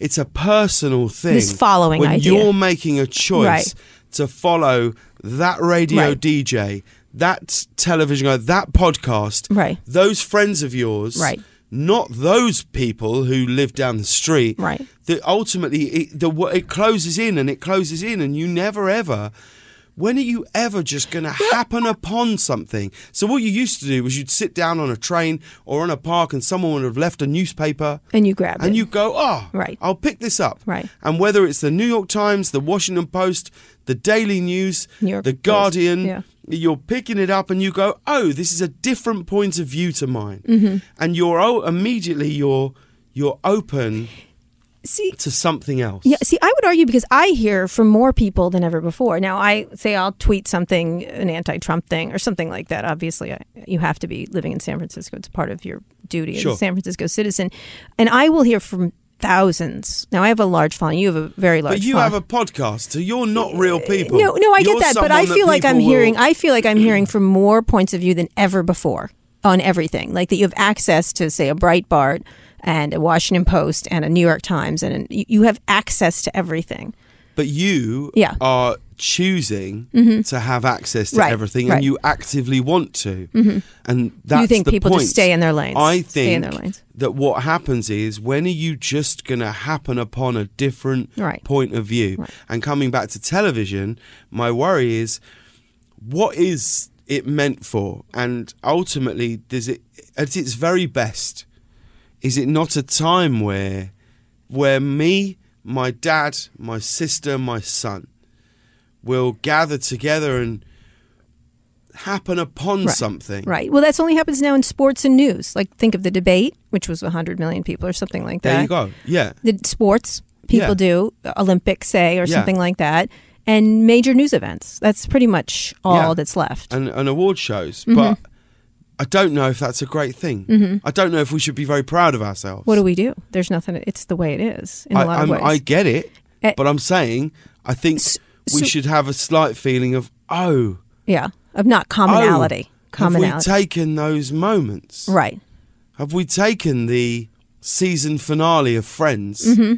It's a personal thing. This following when idea. you're making a choice Right. to follow that radio Right. DJ, that television guy, that podcast, Right. those friends of yours, Right. Not those people who live down the street, Right. That ultimately it, the wo- it closes in and it closes in, and you never ever. When are you ever just going to happen upon something? So what you used to do was you'd sit down on a train or on a park, and someone would have left a newspaper, and you grab and it. you go, oh, Right. I'll pick this up. Right. And whether it's the New York Times, the Washington Post, the Daily News, New York the Post, Guardian, yeah. you're picking it up and you go, oh, this is a different point Mm-hmm. of view to mine. And you're oh, immediately you're you're open See, to something else. Yeah, see, I would argue because I hear from more people than ever before. Now, I say I'll tweet something, an anti Trump thing or something like that. Obviously, I, you have to be living in San Francisco. It's part of your duty as Sure. a San Francisco citizen. And I will hear from thousands. Now, I have a large following. You have a very large But you have following. a podcast, so you're not real people. Uh, No, no, I You're get that, but I someone feel like people I'm will- hearing. I feel like I'm [CLEARS THROAT] hearing from more points of view than ever before on everything. Like that, you have access to, say, a Breitbart and a Washington Post and a New York Times, and an, you- you have access to everything. But you Yeah. Mm-hmm. are choosing to have access to Right, everything, right. Mm-hmm. and you actively want to. And that's you think the people point. just stay in their lanes? I think stay in their lanes. that what happens is when are you just going to happen upon a different Right. point of view? And coming back to television, my worry is what is it meant for? And ultimately, does it at its very best? Is it not a time where, where me, my dad, my sister, my son, will gather together and happen upon Right, something? Right. Well, that's only happens now in sports and news. Like think of the debate, which was 100 million people or something like that. There you go. Yeah. the sports people Yeah. do olympics say or Yeah. something like that and major news events that's pretty much all Yeah. that's left and, and award shows, Mm-hmm. but I don't know if that's a great thing. I don't know if we should be very proud of ourselves. what do we do there's nothing it's the way it is in a I, lot I'm- of I ways get it, Eh, but I'm saying I think we so- should have a slight feeling of oh, yeah of not commonality Oh, commonality Have we taken those moments? right Have we taken the season finale of Friends? Mm-hmm.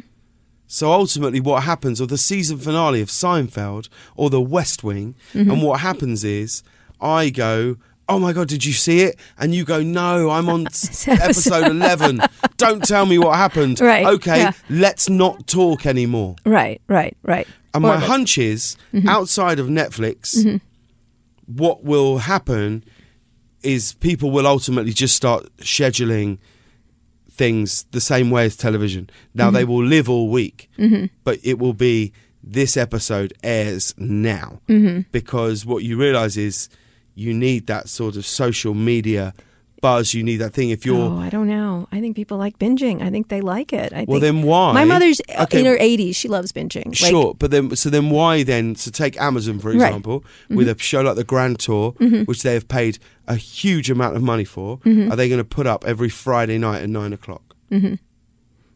So ultimately, what happens, or the season finale of Seinfeld, or The West Wing, Mm-hmm. and what happens is I go, "Oh my god, did you see it?" And you go, "No, I'm [LAUGHS] on s- episode eleven. Don't tell me what happened." Right, Okay, yeah. let's not talk anymore. right right right And Or my the- hunch is, outside of Netflix, what will happen is people will ultimately just start scheduling things the same way as television. Now they will live all week, but it will be this episode airs now because what you realize is you need that sort of social media buzz. You need that thing if you're. Oh, I don't know. I think people like binging. I think they like it. I Well, think- then why- My mother's uh, Okay. in her 80s. She loves binging. Like, sure, but then so then why then? So take Amazon for Right. Mm-hmm. example, with a show like the Grand Tour, which they have paid a huge amount of money for. Mm-hmm. Are they going to put up every Friday night at nine o'clock? Mm-hmm.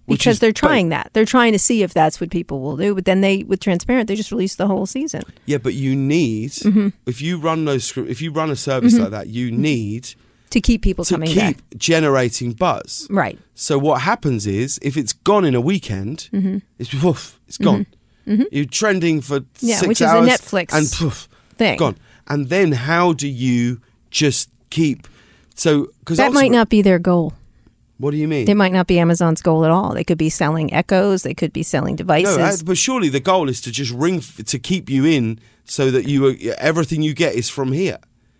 because they're trying that. They're trying to see if that's what people will do. But then they, with Transparent, they just released the whole season. yeah, but you need Mm-hmm. if you run those scr- if you run a service like that, you need to keep Mm-hmm. people to coming keep back. generating buzz. Right. So what happens is, if it's gone in a weekend, Mm-hmm. it's poof, it's gone. You're trending for Yeah, six which is a hours, Netflix and poof, thing. gone. And then how do you just keep? So because That might not be their goal. What do you mean? It might not be Amazon's goal at all. They could be selling echoes. They could be selling no, devices. that- but surely the goal is to just ring f- to keep you in, so that you are- everything you get is from here.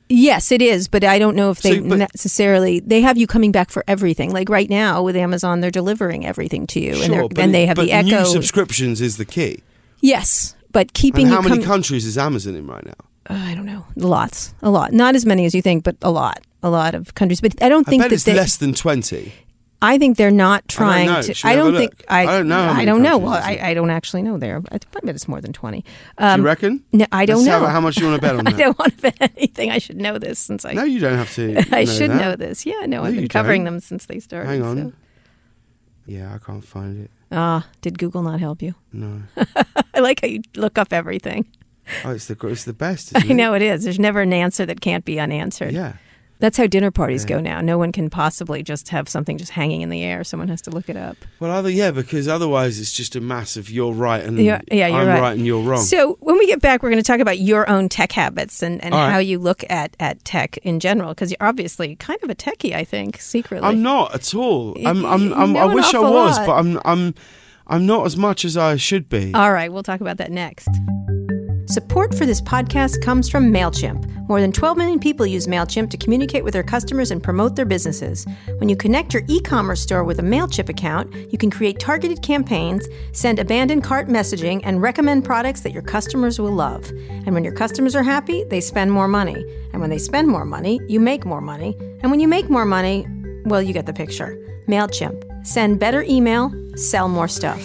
yes, it is, but I don't know if they So, but- necessarily. They have you coming back for everything. Like right now with Amazon, they're delivering everything to you, and, sure, they're, but and it- they have but the echo. New subscriptions is the key. yes, but keeping And how you many coming. countries is Amazon in right now? I don't know. Lots, a lot. Not as many as you think, but a lot, a lot of countries. But I don't I think bet that it's they, less than twenty. I think they're not trying know. Should to. I we have a don't think. look? I don't know how I many don't know. countries Well, is I, it? I don't actually know there. I th- I bet it's more than twenty. Do Um, you reckon? no, I don't Let's know. have a- How much you want to bet [LAUGHS] on I that? don't want to bet anything. I should know this since I. No, you don't have to. [LAUGHS] I know should that. know this. Yeah, no, I've you been covering don't. them since they started. Hang on. so- Yeah, I can't find it. Ah, did Google not help you? No. [LAUGHS] I like how you look up everything. Oh, it's the gr- it's the best. [LAUGHS] I Isn't know it is. There's never an answer that can't be unanswered. It? Yeah. That's how dinner parties go now. No one can possibly just have something just hanging in the air. Someone has to look it up. Well, other yeah, because otherwise it's just a mass of you're right and Yeah, yeah, you're I'm right. right. and you're wrong. So when we get back, we're going to talk about your own tech habits and, and All right. how you look at, at tech in general, because you're obviously kind of a techie, I think, secretly. I'm not at all. I'm, you- I'm, you I'm, know I an wish I awful was, lot. Oh, but I'm, I'm, I'm not as much as I should be. All right, we'll talk about that next. Support for this podcast comes from MailChimp. More than 12 million people use MailChimp to communicate with their customers and promote their businesses. When you connect your e commerce store with a MailChimp account, you can create targeted campaigns, send abandoned cart messaging, and recommend products that your customers will love. And when your customers are happy, they spend more money. And when they spend more money, you make more money. And when you make more money, well, you get the picture. MailChimp. Send better email, sell more stuff.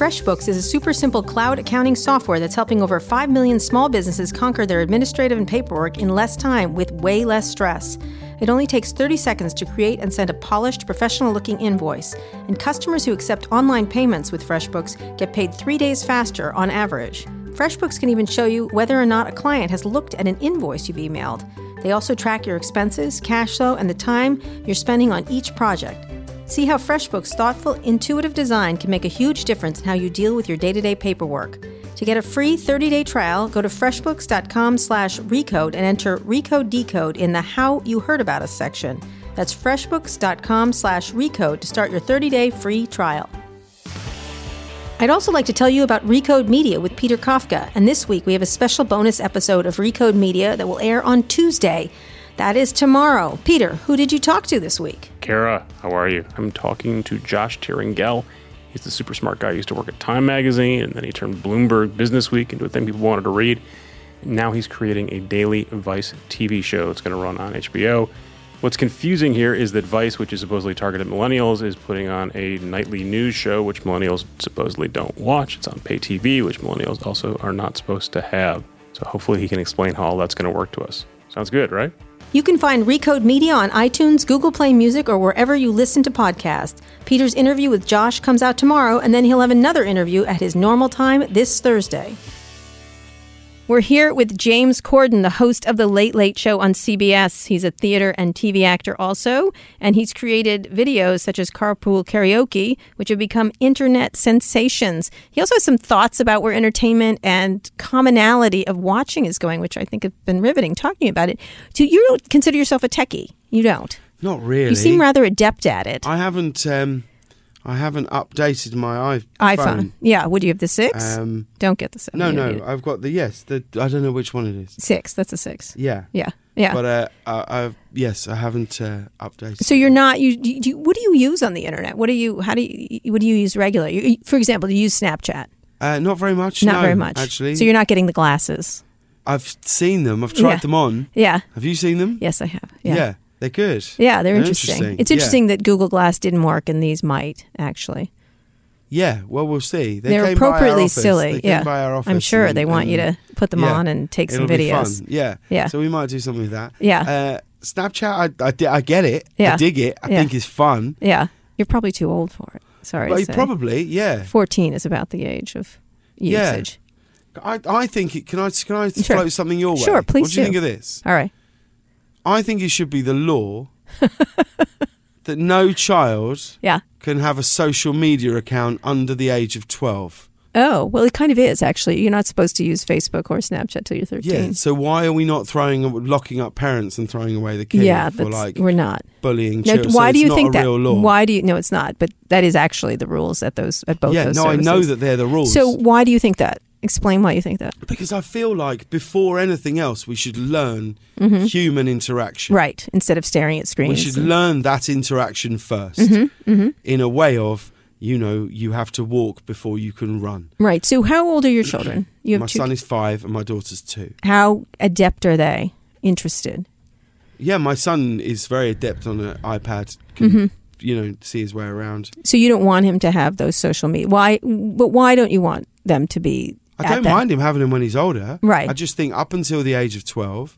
FreshBooks is a super simple cloud accounting software that's helping over 5 million small businesses conquer their administrative and paperwork in less time with way less stress. It only takes 30 seconds to create and send a polished, professional looking invoice, and customers who accept online payments with FreshBooks get paid three days faster on average. FreshBooks can even show you whether or not a client has looked at an invoice you've emailed. They also track your expenses, cash flow, and the time you're spending on each project. See how FreshBooks' thoughtful, intuitive design can make a huge difference in how you deal with your day-to-day paperwork. To get a free 30-day trial, go to freshbooks.com/recode and enter recode decode in the "How you heard about us" section. That's freshbooks.com/recode to start your 30-day free trial. I'd also like to tell you about Recode Media with Peter Kafka, and this week we have a special bonus episode of Recode Media that will air on Tuesday. That is tomorrow. Peter, who did you talk to this week? Kara, how are you? I'm talking to Josh Tiringel. He's the super smart guy who used to work at Time Magazine, and then he turned Bloomberg Business Week into a thing people wanted to read. And now he's creating a daily Vice TV show. It's going to run on HBO. What's confusing here is that Vice, which is supposedly targeted at millennials, is putting on a nightly news show, which millennials supposedly don't watch. It's on pay TV, which millennials also are not supposed to have. So hopefully he can explain how all that's going to work to us. Sounds good, right? You can find Recode Media on iTunes, Google Play Music, or wherever you listen to podcasts. Peter's interview with Josh comes out tomorrow, and then he'll have another interview at his normal time this Thursday. We're here with James Corden, the host of The Late Late Show on CBS. He's a theater and TV actor also, and he's created videos such as Carpool Karaoke, which have become internet sensations. He also has some thoughts about where entertainment and commonality of watching is going, which I think have been riveting talking about it. So you don't consider yourself a techie. You don't. Not really. You seem rather adept at it. I haven't. Um, I haven't updated my iPhone. iPhone. Yeah. Would you have the six? Um, don't get the seven. No, You don't no. need it. I've got the yes. The I don't know which one it is. Six. That's a six. Yeah. Yeah. Yeah. But uh, I, I've yes, I haven't uh, updated. So you're not you, do you. What do you use on the internet? What do you? How do you? What do you use regularly? You, for example, do you use Snapchat? uh, not very much. Not no, very much, actually. So you're not getting the glasses. I've seen them. I've tried Yeah. them on. Yeah. Have you seen them? Yes, I have. Yeah. Yeah, they're good. Yeah, they're interesting. It's Yeah. interesting that Google Glass didn't work and these might actually. Yeah. Well, we'll see. They are came by our appropriately office. silly. They came yeah, by our office I'm sure and- they want you to and- put them yeah. on and take some It'll be videos. fun. Yeah. Yeah. So we might do something with that. Yeah. Uh, Snapchat, I, I, di- I get it. Yeah. I dig it. I Yeah. think it's fun. Yeah, you're probably too old for it. Sorry But to you say. probably, yeah. 14 is about the age of Yeah. usage. I, I think it, can I can I Sure. float something your way? Sure, please What do you do. think of this? All right. I think it should be the law [LAUGHS] that no child Yeah. can have a social media account under the age of twelve. Oh, well, it kind of is actually. You're not supposed to use Facebook or Snapchat till you're 13. Yeah. So why are we not throwing locking up parents and throwing away the kids yeah, for that's, like we're not. bullying Now, children? So why do it's you not think a that? Real law. Why do you? No, it's not. But that is actually the rules at those at both. Yeah. No, those I know services. that they're the rules. So why do you think that? Explain why you think that. because I feel like before anything else, we should learn human interaction. Mm-hmm. Right. Instead of staring at We screens. should learn that interaction 1st Mm-hmm, in a way of you know you have to walk before you can run. right. So how old are your children? You have my two. son is five and my daughter's two. how adept are they? Interested. Yeah, my son is very adept on an iPad. Can, You know, see his way around. So you don't want him to have those social media. Why? But why don't you want them to be? I at don't that? mind him having him when he's older. Right. I just think up until the age of twelve,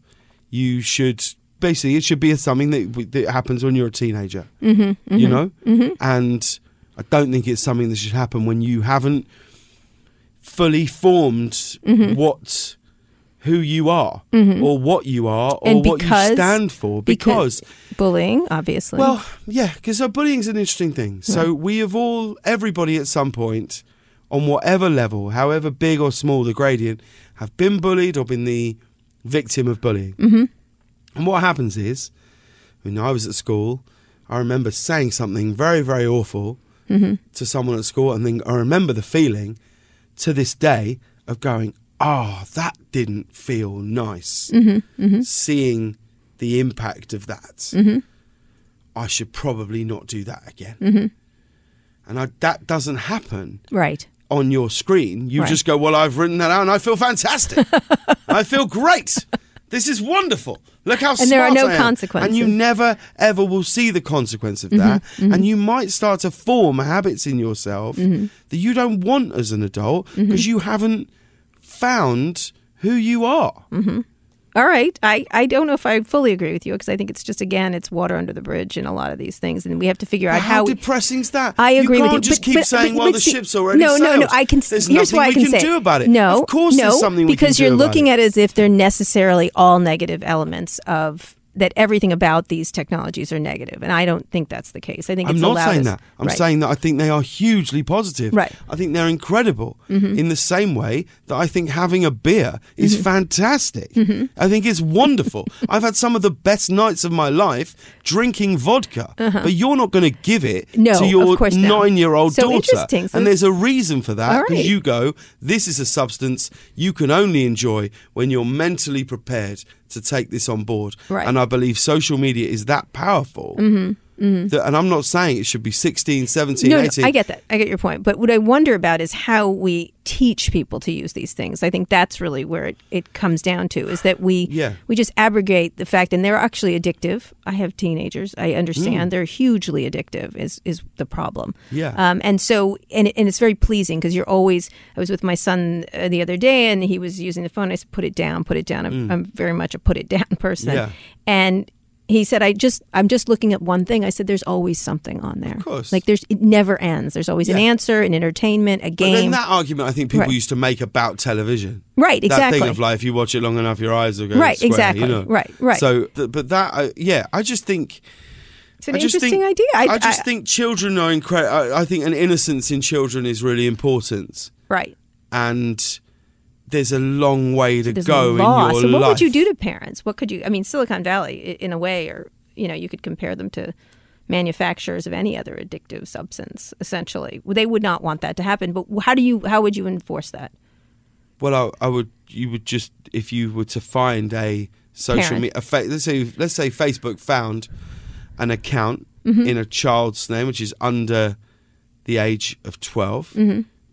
you should basically it should be something that that happens when you're a teenager. Mm-hmm, You know, and I don't think it's something that should happen when you haven't fully formed Mm-hmm. what who you are or what you are or And what because- you stand for Mm-hmm. because bullying, obviously. Well, yeah, because so bullying's an interesting thing. So we have all, everybody at some point, on whatever level, however big or small the gradient, have been bullied or been the victim of bullying. Mm-hmm. And what happens is, when I was at school, I remember saying something very, very awful to someone at school, and then I remember the feeling to this day of going, "Ah, that didn't feel nice." Seeing the impact of that, I should probably not do that again. Mm-hmm. And I, that doesn't happen right. on your screen. You Right. [LAUGHS] just go, "Well, I've written that out, and I feel fantastic. I feel great. This is wonderful. Look how smart there are no I am." consequences. Mm-hmm, And you never ever will see the consequence of that. And you might start to form habits in yourself Mm-hmm. that you don't want as an adult because you haven't found who you are. All right. I, I don't know if I fully agree with you because I think it's just, again, it's water under the bridge in a lot of these things. And we have to figure out But How, how. we- depressing's that? I agree you with can't you, just but- keep but- saying, but- "Well, but the see- ship's already No, no, no. sailed." I can. There's here's nothing why we I can, can say do about it. No, of course, no, there's something we can because do you're about looking it. at it as if they're necessarily all negative elements of that. Everything about these technologies are negative, and I don't think that's the case. I think I'm it's not allowed saying us- that. I'm right. saying that I think they are hugely positive. Right. Mm-hmm. I think they're incredible in the same way that I think having a beer is fantastic. Mm-hmm. I think [LAUGHS] it's wonderful. I've had some of the best nights of my life drinking vodka, but you're not going to give it Uh-huh. No, to your of course not. nine year old So daughter. interesting. So and it's- there's a reason for that All because right. you go, this is a substance you can only enjoy when you're mentally prepared to take this on board. Right. Mm-hmm. And I believe social media is that powerful that- and I'm not saying it should be 16, 17, Mm. no, no, 18. I get that. I get your point. But what I wonder about is how we teach people to use these things. I think that's really where it, it comes down to is that we Yeah. we just abrogate the fact and they're actually addictive. I have teenagers. I understand they're hugely addictive is is the problem. Mm. Yeah. Um, and so and it- and it's very pleasing because you're always I was with my son uh, the other day and he was using the phone. I said put it down, put it down. I'm, I'm very much a put it down [LAUGHS] person. Mm. Yeah. And he said, "I just, I'm just looking at one thing." I said, "There's always something on there. Of course. like there's it never ends. There's always an Yeah. answer, an entertainment, a But then game. that argument, I think people Right. used to make about television. Right, That exactly. thing of life, you watch it long enough, your eyes will go Right, square, exactly. You know? Right, right. So, th- but that, I, yeah, I just think. it's an I just interesting think, idea. I, just think children are incredible. I, I think an innocence in children is really important, right. and there's a long way to There's go no law. in your so what life. would you do to parents? What could you? I mean, Silicon Valley, i- in a way, or you know, you could compare them to manufacturers of any other addictive substance. Essentially, they would not want that to happen. But how do you? How would you enforce that? Well, I, I would. You would just if you were to find a social Parent. media. Fa- let's say let's say Facebook found an account in a child's name which is under the age of 12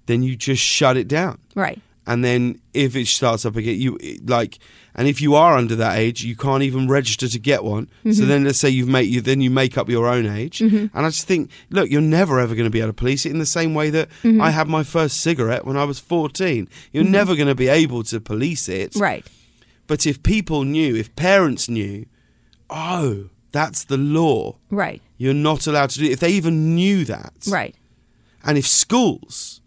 Then you just shut it down. Right. And then if it starts up again, you like, and if you are under that age, you can't even register to get one. Mm-hmm. So then let's say you've made you then you make up your own age. And I just think, look, you're never ever going to be able to police it in the same way that Mm-hmm. I had my first cigarette when I was 14. You're never going to be able to police it. Right. But if people knew, if parents knew, oh, that's the law. Right. You're not allowed to do. If they even knew that, Right. And if schools,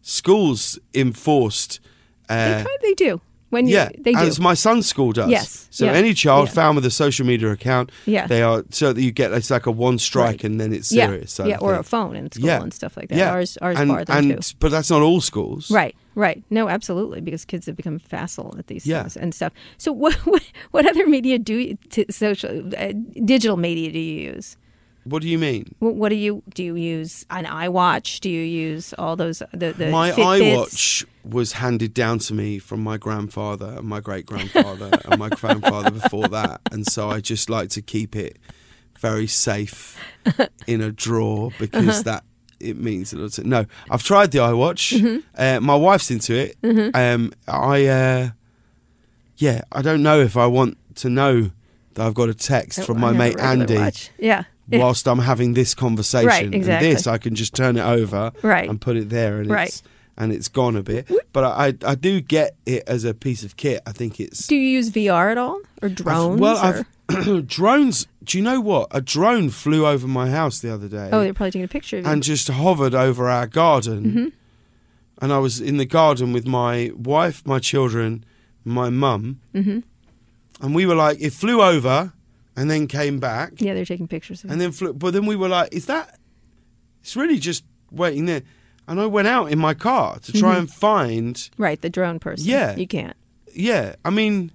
schools enforced. They Uh, kind of, they do. When you, yeah, they do. as my son's school does. Yes, So yeah, any child yeah. found with a social media account, Yeah. they are so that you get it's like a one strike Right. and then it's yeah, serious. sort yeah, of or thing. a phone in school Yeah, and stuff like that. Yeah. Ours, ours and, bar them and- too. But that's not all schools, Right, right. No, absolutely, because kids have become facile at these Yeah. things and stuff. So, what [LAUGHS] what, what other media do you, to social uh, digital media do you use? What do you mean? What, what do you do? You use an iWatch? Do you use all those the the my Fitbits? iWatch was handed down to me from my grandfather and my great [LAUGHS] grandfather and my grandfather before that, and so I just like to keep it very safe in a [LAUGHS] drawer because that it means a lot. To, no, I've tried the iWatch. Mm-hmm. Uh, my wife's into it. Um, I uh, yeah, I don't know if I want to know that I've got a text from Oh, I my have a mate regular Andy watch. Yeah. Yeah. whilst I'm having this conversation. Right, exactly. And this, I can just turn it over Right. and put it there, and Right. it's and it's gone a bit. But I, I I do get it as a piece of kit. I think it's [LAUGHS] Do you use VR at all or drones? I've, well, or- I've [CLEARS THROAT] drones. Do you know what? A drone flew over my house the other day oh, they're probably taking a picture of you. and just hovered over our garden. Mm-hmm. And I was in the garden with my wife, my children, my mum, Mm-hmm. and we were like, it flew over and then came back. yeah, they're taking pictures of you. And then, flew, but then we were like, "Is that? It's really just waiting there." And I went out in my car to Mm-hmm. try and find. right, the drone person. Yeah. you can't. Yeah, I mean,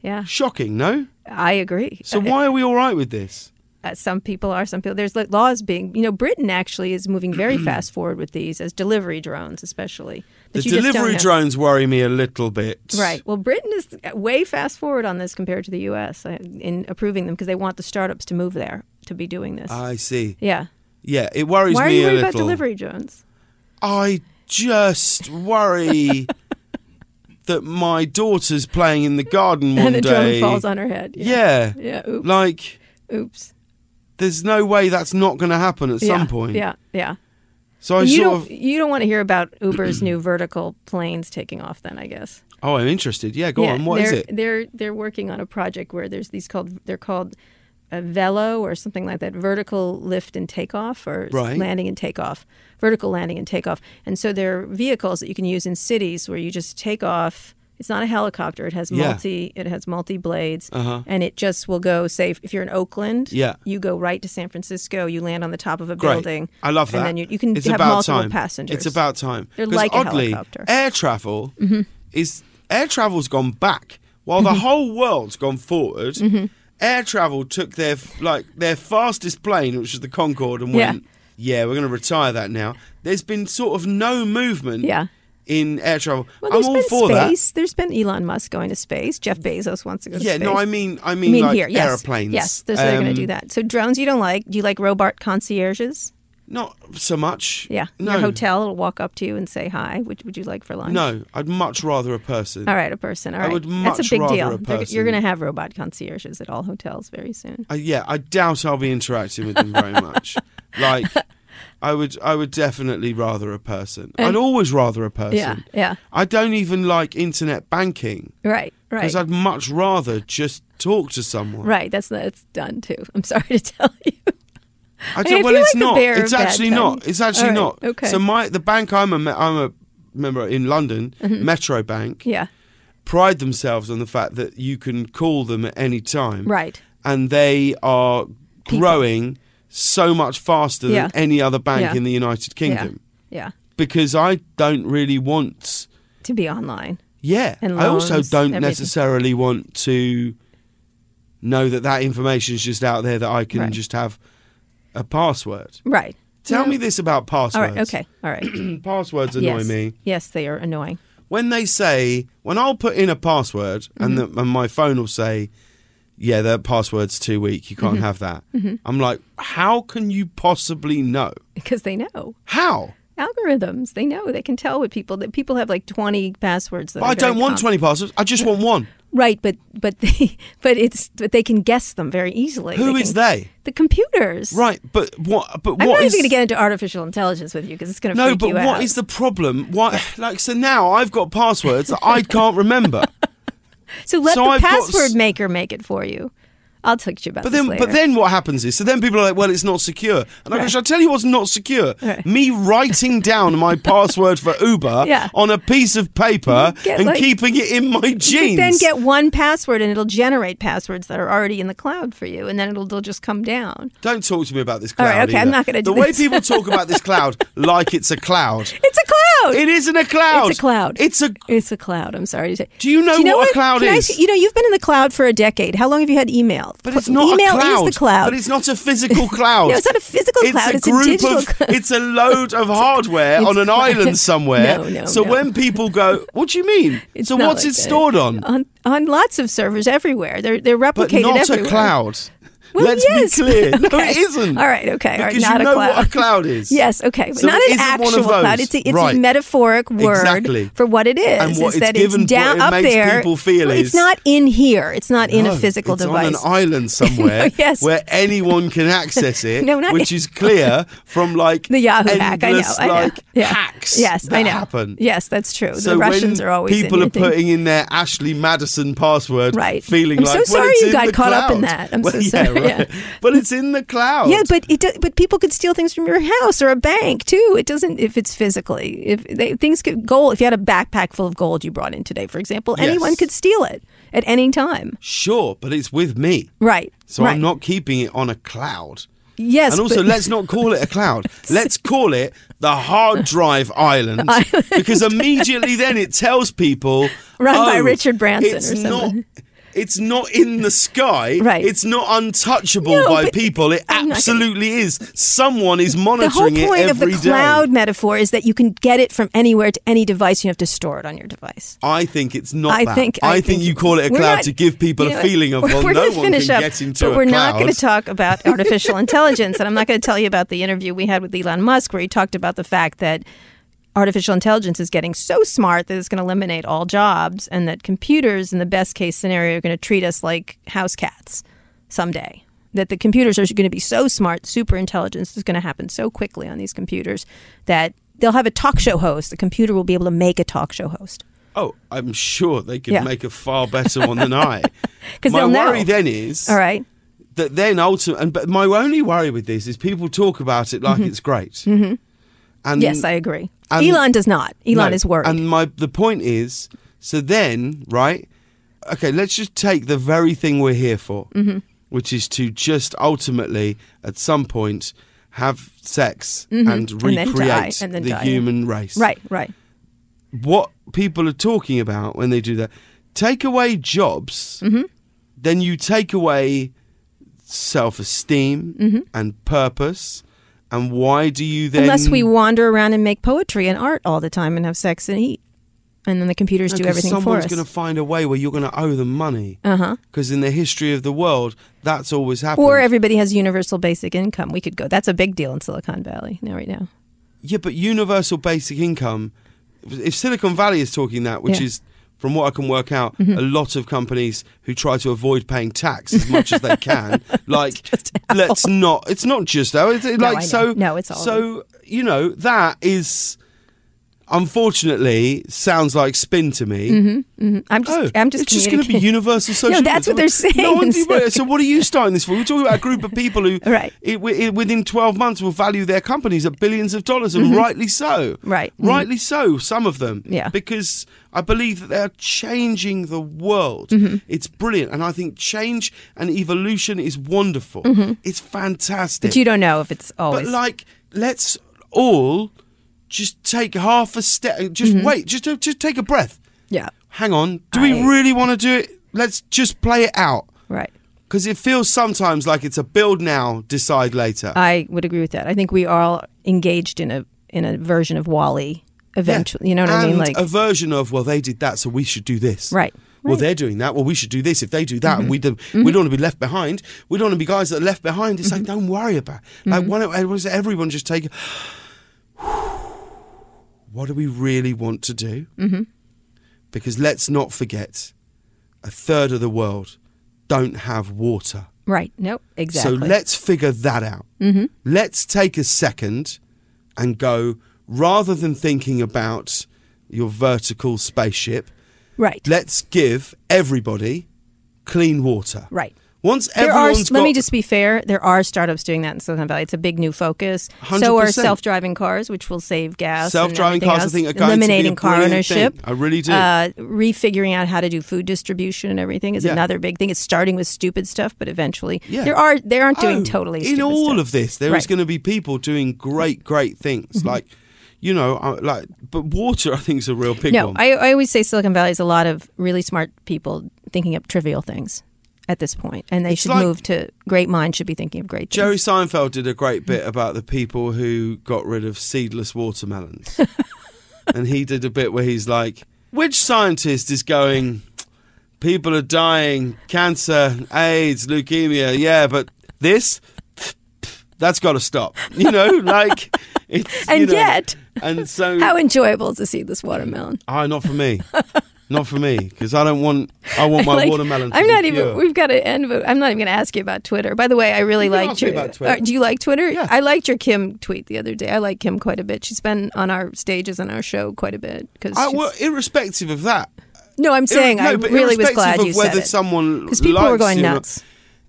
Yeah, shocking, no? I agree. So Uh, why are we all right with this? uh, some people are some people there's like laws being you know britain actually is moving [CLEARS THROAT] very fast forward with these as delivery drones especially The But you just don't delivery have- drones worry me a little bit. right well britain is way fast forward on this compared to the us uh, in approving them because they want the startups to move there to be doing this I see. yeah Yeah, it worries why are me you a worried little. about delivery drones [LAUGHS] I just worry that my daughter's playing in the garden [LAUGHS] one and the day. drum falls on her head. Yeah. Yeah. Oops. Like, Oops. there's no way that's not going to happen at yeah. some point. Yeah. Yeah. So I you sort don't. of. You don't want to hear about Uber's new vertical planes taking off. Then I guess. Oh, I'm interested. Yeah, go yeah, on. What is they're, it? They're they're working on a project where there's these called they're called a velo or something like that, vertical lift and takeoff or s- Right. landing and takeoff, vertical landing and takeoff. And so they're vehicles that you can use in cities where you just take off. It's not a helicopter. It has Yeah. Uh-huh. multi. It has multi blades, and it just will go. Say if- if you're in Oakland, Yeah. you go right to San Francisco. You land on the top of a Great. building. I love that. And then you, you can it's have about multiple time. passengers. It's about time. They're 'Cause like a oddly, helicopter. Mm-hmm. air travel is air travel's gone back while the whole world's gone forward. Mm-hmm. Air travel took their f- like their fastest plane, which was the Concorde, and Yeah. went. Yeah, we're going to retire that now. There's been sort of no movement. Yeah. In air travel, Well, I'm there's all been for that. space. There's been Elon Musk going to space. Jeff Bezos wants to go to Yeah, space. no, I mean, I mean, like airplanes. Yes, yes, those they're going Um, to do that. So drones, you don't like? Do you like robot concierges? Not so much. Yeah, no. your hotel will walk up to you and say hi. Would Would you like for lunch? No, I'd much rather a person. All right, a person. All I right, would that's much a big rather deal. a They're- person. You're going to have robot concierges at all hotels very soon. Uh, yeah, I doubt I'll be interacting with them [LAUGHS] very much. like, I would, I would definitely rather a person. I'd always rather a person. Yeah, yeah. I don't even like internet banking Right, right, because I'd much rather just talk to someone. right. That's that's done too. [LAUGHS] I'm sorry to tell you. I mean, don't, if well, you it's like the not. bear It's bad actually then- not. It's actually All right, not. okay. So my the bank I'm a me- I'm a member in London, Mm-hmm. Metro Bank, Yeah, pride themselves on the fact that you can call them at any time. right. and they are growing so much faster than Yeah. any other bank Yeah. in the United Kingdom Yeah, yeah. because I don't really want To be online. yeah And I also loans, don't everything. necessarily want to know that that information is just out there that I can Right. just have a password Right. tell No. me this about passwords All right. Okay. All right. passwords annoy yes. me Yes, they are annoying. [LAUGHS] when they say when I'll put in a password and, Mm-hmm. the, and my phone will say, "Yeah, that password's too weak. You Mm-hmm. can't have that." I'm like, "How can you possibly know? Because they know How? algorithms. They know they can tell what people that people have like twenty passwords. That But are I don't very want com- 20 passwords. I just want one. Right, but but they [LAUGHS] but it's but they can guess them very easily. Who they is can- they? The computers. Right, but what? But I'm what not is- even going to get into artificial intelligence with you because it's going to no, freak but you what is out. the problem? Why, like, so now I've got passwords that I [LAUGHS] can't remember. so let so the I've got s- password maker make it for you. I'll text you about But this then, later. but then what happens is, so then people are like, well, it's not secure. And I go, Right. "Shall I tell you what's not secure. Right. Me writing [LAUGHS] down my password for Uber Yeah. on a piece of paper Get, and like- keeping it in my But jeans. then get one password and it'll generate passwords that are already in the cloud for you, and then it'll they'll just come down. Don't talk to me about this All cloud. right, okay, I'm either. not gonna The do way this. people talk about this cloud, like it's [LAUGHS] a cloud. It's a cloud. It isn't a cloud. It's a cloud. It's a. It's a cloud. I'm sorry to say. Do you know what a cloud Can I is? ask you you know, you've been in the cloud for a decade. How long have you had email? But Cl- it's not email a cloud. is the cloud. But it's not [LAUGHS] a physical cloud. No, it's not a physical It's cloud. a It's a group digital of. cloud. It's a load of [LAUGHS] hardware It's on an cloud. island somewhere. No, no, so no. when people go, what do you mean? [LAUGHS] It's so not what's like it that. Oh, stored on? on on lots of servers everywhere. They're they're replicated but not everywhere. a cloud. [LAUGHS] Well, Let's yes. [LAUGHS] be clear. No, Okay. it isn't. All right, okay. All right, Because not you a know what cloud. [LAUGHS] a cloud is. Yes, okay. But So not it an isn't actual one of those. cloud. It's a, it's Right. a metaphoric word Exactly. for what it is. And what is it's that given- it's down what it up makes there. people feel Well, is- it's not in here. It's not in No, a physical it's device. [LAUGHS] on an island somewhere No, yes. where anyone can access [LAUGHS] it, No, not which in- is clear from like the Yahoo hack. I know. endless, I know. Like, [LAUGHS] Yeah. hacks Yes, that I know. happen. Yes, that's true. So the when Russians are always in people your are thing. putting in their Ashley Madison password, Right. feeling I'm like so well, sorry it's you in got the caught up in cloud. that. I'm Well, so yeah, sorry, right. yeah. [LAUGHS] But it's in the cloud. Yeah, but it do, but people could steal things from your house or a bank too. It doesn't if it's physically. If they, things could gold, if you had a backpack full of gold you brought in today, for example, Yes. anyone could steal it at any time. sure, but it's with me. Right. So right. I'm not keeping it on a cloud. Yes. And also, but- let's not call it a [LAUGHS] cloud. Let's call it the hard drive island, [LAUGHS] because immediately then it tells people Run by "Oh, Richard Branson it's or something." Not, it's not in the sky. Right. It's not untouchable No, by but people. It I'm not gonna- absolutely is. Someone is the whole monitoring point it of the every day. cloud metaphor is that you can get it from anywhere to any device. You have to store it on your device. I think it's not I that. think I, think, think you call it a we're cloud not- to give people you know a what? feeling of we're, well, we're no gonna one finish can up, get into but a we're cloud. not going to talk [LAUGHS] about artificial intelligence, and I'm not going to tell you about the interview we had with Elon Musk where he talked about the fact that artificial intelligence is getting so smart that it's going to eliminate all jobs and that computers in the best case scenario are going to treat us like house cats someday that the computers are going to be so smart super intelligence is going to happen so quickly on these computers that they'll have a talk show host the computer will be able to make a talk show host Oh, I'm sure they could Yeah. make a far better one than I. [LAUGHS] 'Cause my they'll know. worry then is all right that then ultimately, and but my only worry with this is people talk about it like it's great. Mm-hmm. And yes i agree and- elon does not elon No, is worried And my the point is, so then right, okay, let's just take the very thing we're here for, Mm-hmm. which is to just ultimately at some point have sex and Mm-hmm. And then recreate die, and then the die. human race. right right What people are talking about when they do that, take away jobs, Mm-hmm. then you take away self-esteem Mm-hmm. and purpose. And why do you then? Unless we wander around and make poetry and art all the time and have sex and eat. And then the computers do No, 'cause everything for us. Uh-huh. Someone's going to find a way where you're going to owe them money. Because in the history of the world, that's always happened. Or everybody has universal basic income. We could go. That's a big deal in Silicon Valley now, right now. yeah, but universal basic income. If Silicon Valley is talking that, which Yeah. Mm-hmm. is, from what I can work out, a lot of companies who try to avoid paying tax as much as they [LAUGHS] can. like, just let's not. It's not just though. It's No, like I know. so. No, it's all of so. You know that is. Unfortunately, sounds like spin to me. I'm just, Oh, I'm just. it's just going to be communicating. [LAUGHS] universal social. that's what goods. they're No one- saying. so what are you starting this for? We're talking about a group of people who, [LAUGHS] Right. it, wi- it- within twelve months, will value their companies at billions of dollars, and rightly so. Mm-hmm. Right. Mhm. Rightly so. Some of them. Yeah. Because I believe that they are changing the world. Mm-hmm. It's brilliant, and I think change and evolution is wonderful. It's fantastic. Mm-hmm. But you don't know if it's always. But like, let's all just take half a step. Just Mm-hmm. wait. Just just take a breath yeah. hang on, do I- we really want to do it? Let's just play it out. Right. Because it feels sometimes like it's a build now, decide later. I would agree with that. I think we are all engaged in a in a version of Wally. Yeah. Eventually, you know what I mean? And Like a version of, well, they did that, so we should do this. Right. Well, Right. Mm-hmm. they're doing that. Well, we should do this. If they do that, and we do, we don't want to be left behind. We don't want to be guys that are left behind. It's like, Mm-hmm. don't worry about. It. Like, why don't why does everyone just take? a- [SIGHS] What do we really want to do? Mm-hmm. Because let's not forget, a third of the world don't have water. right. Nope. Exactly. Mm-hmm. So let's figure that out. Let's take a second and go rather than thinking about your vertical spaceship, right. let's give everybody clean water. Right. Once There are. everyone's Let me got- just be fair. There are startups doing that in Silicon Valley. It's a big new focus. So are 100%. self-driving cars, which will save gas. and Self-driving everything cars, I else. think, are going to be a eliminating car brilliant ownership. thing. I really do. Uh, refiguring out how to do food distribution and everything is Yeah. another big thing. It's starting with stupid stuff, but eventually Yeah. there are they aren't doing Oh, totally in stupid all stuff. of this. There is Right. Mm-hmm. going to be people doing great, great things like. You know, I- like, but water, [LAUGHS] I think, is a real big No, one. I, I always say Silicon Valley is a lot of really smart people thinking up trivial things at this point, and they It's should like- move to great minds should be thinking of great. Jerry things. Seinfeld did a great bit about the people who got rid of seedless watermelons. [LAUGHS] and he did a bit where he's like, which scientist is going, people are dying, cancer, AIDS, leukemia, yeah, but this, that's got to stop. [LAUGHS] You know, like, it's, you And know, yet- and so, [LAUGHS] How enjoyable is to see this watermelon? ah, not for me. Not for me, because I don't want, I [LAUGHS] want my Like, watermelon to I'm be not pure. even. We've got to end. But I'm not even going to ask you about Twitter. By the way, I really You can liked ask me your. about Twitter. Uh, do you like Twitter? Yeah. I liked your Kim tweet the other day. I like Kim quite a bit. She's been on our stages and our show quite a bit because. I, well, irrespective of that, no, I'm saying no, I but really was irrespective glad of you whether said it someone because people were likes going you or not. nuts.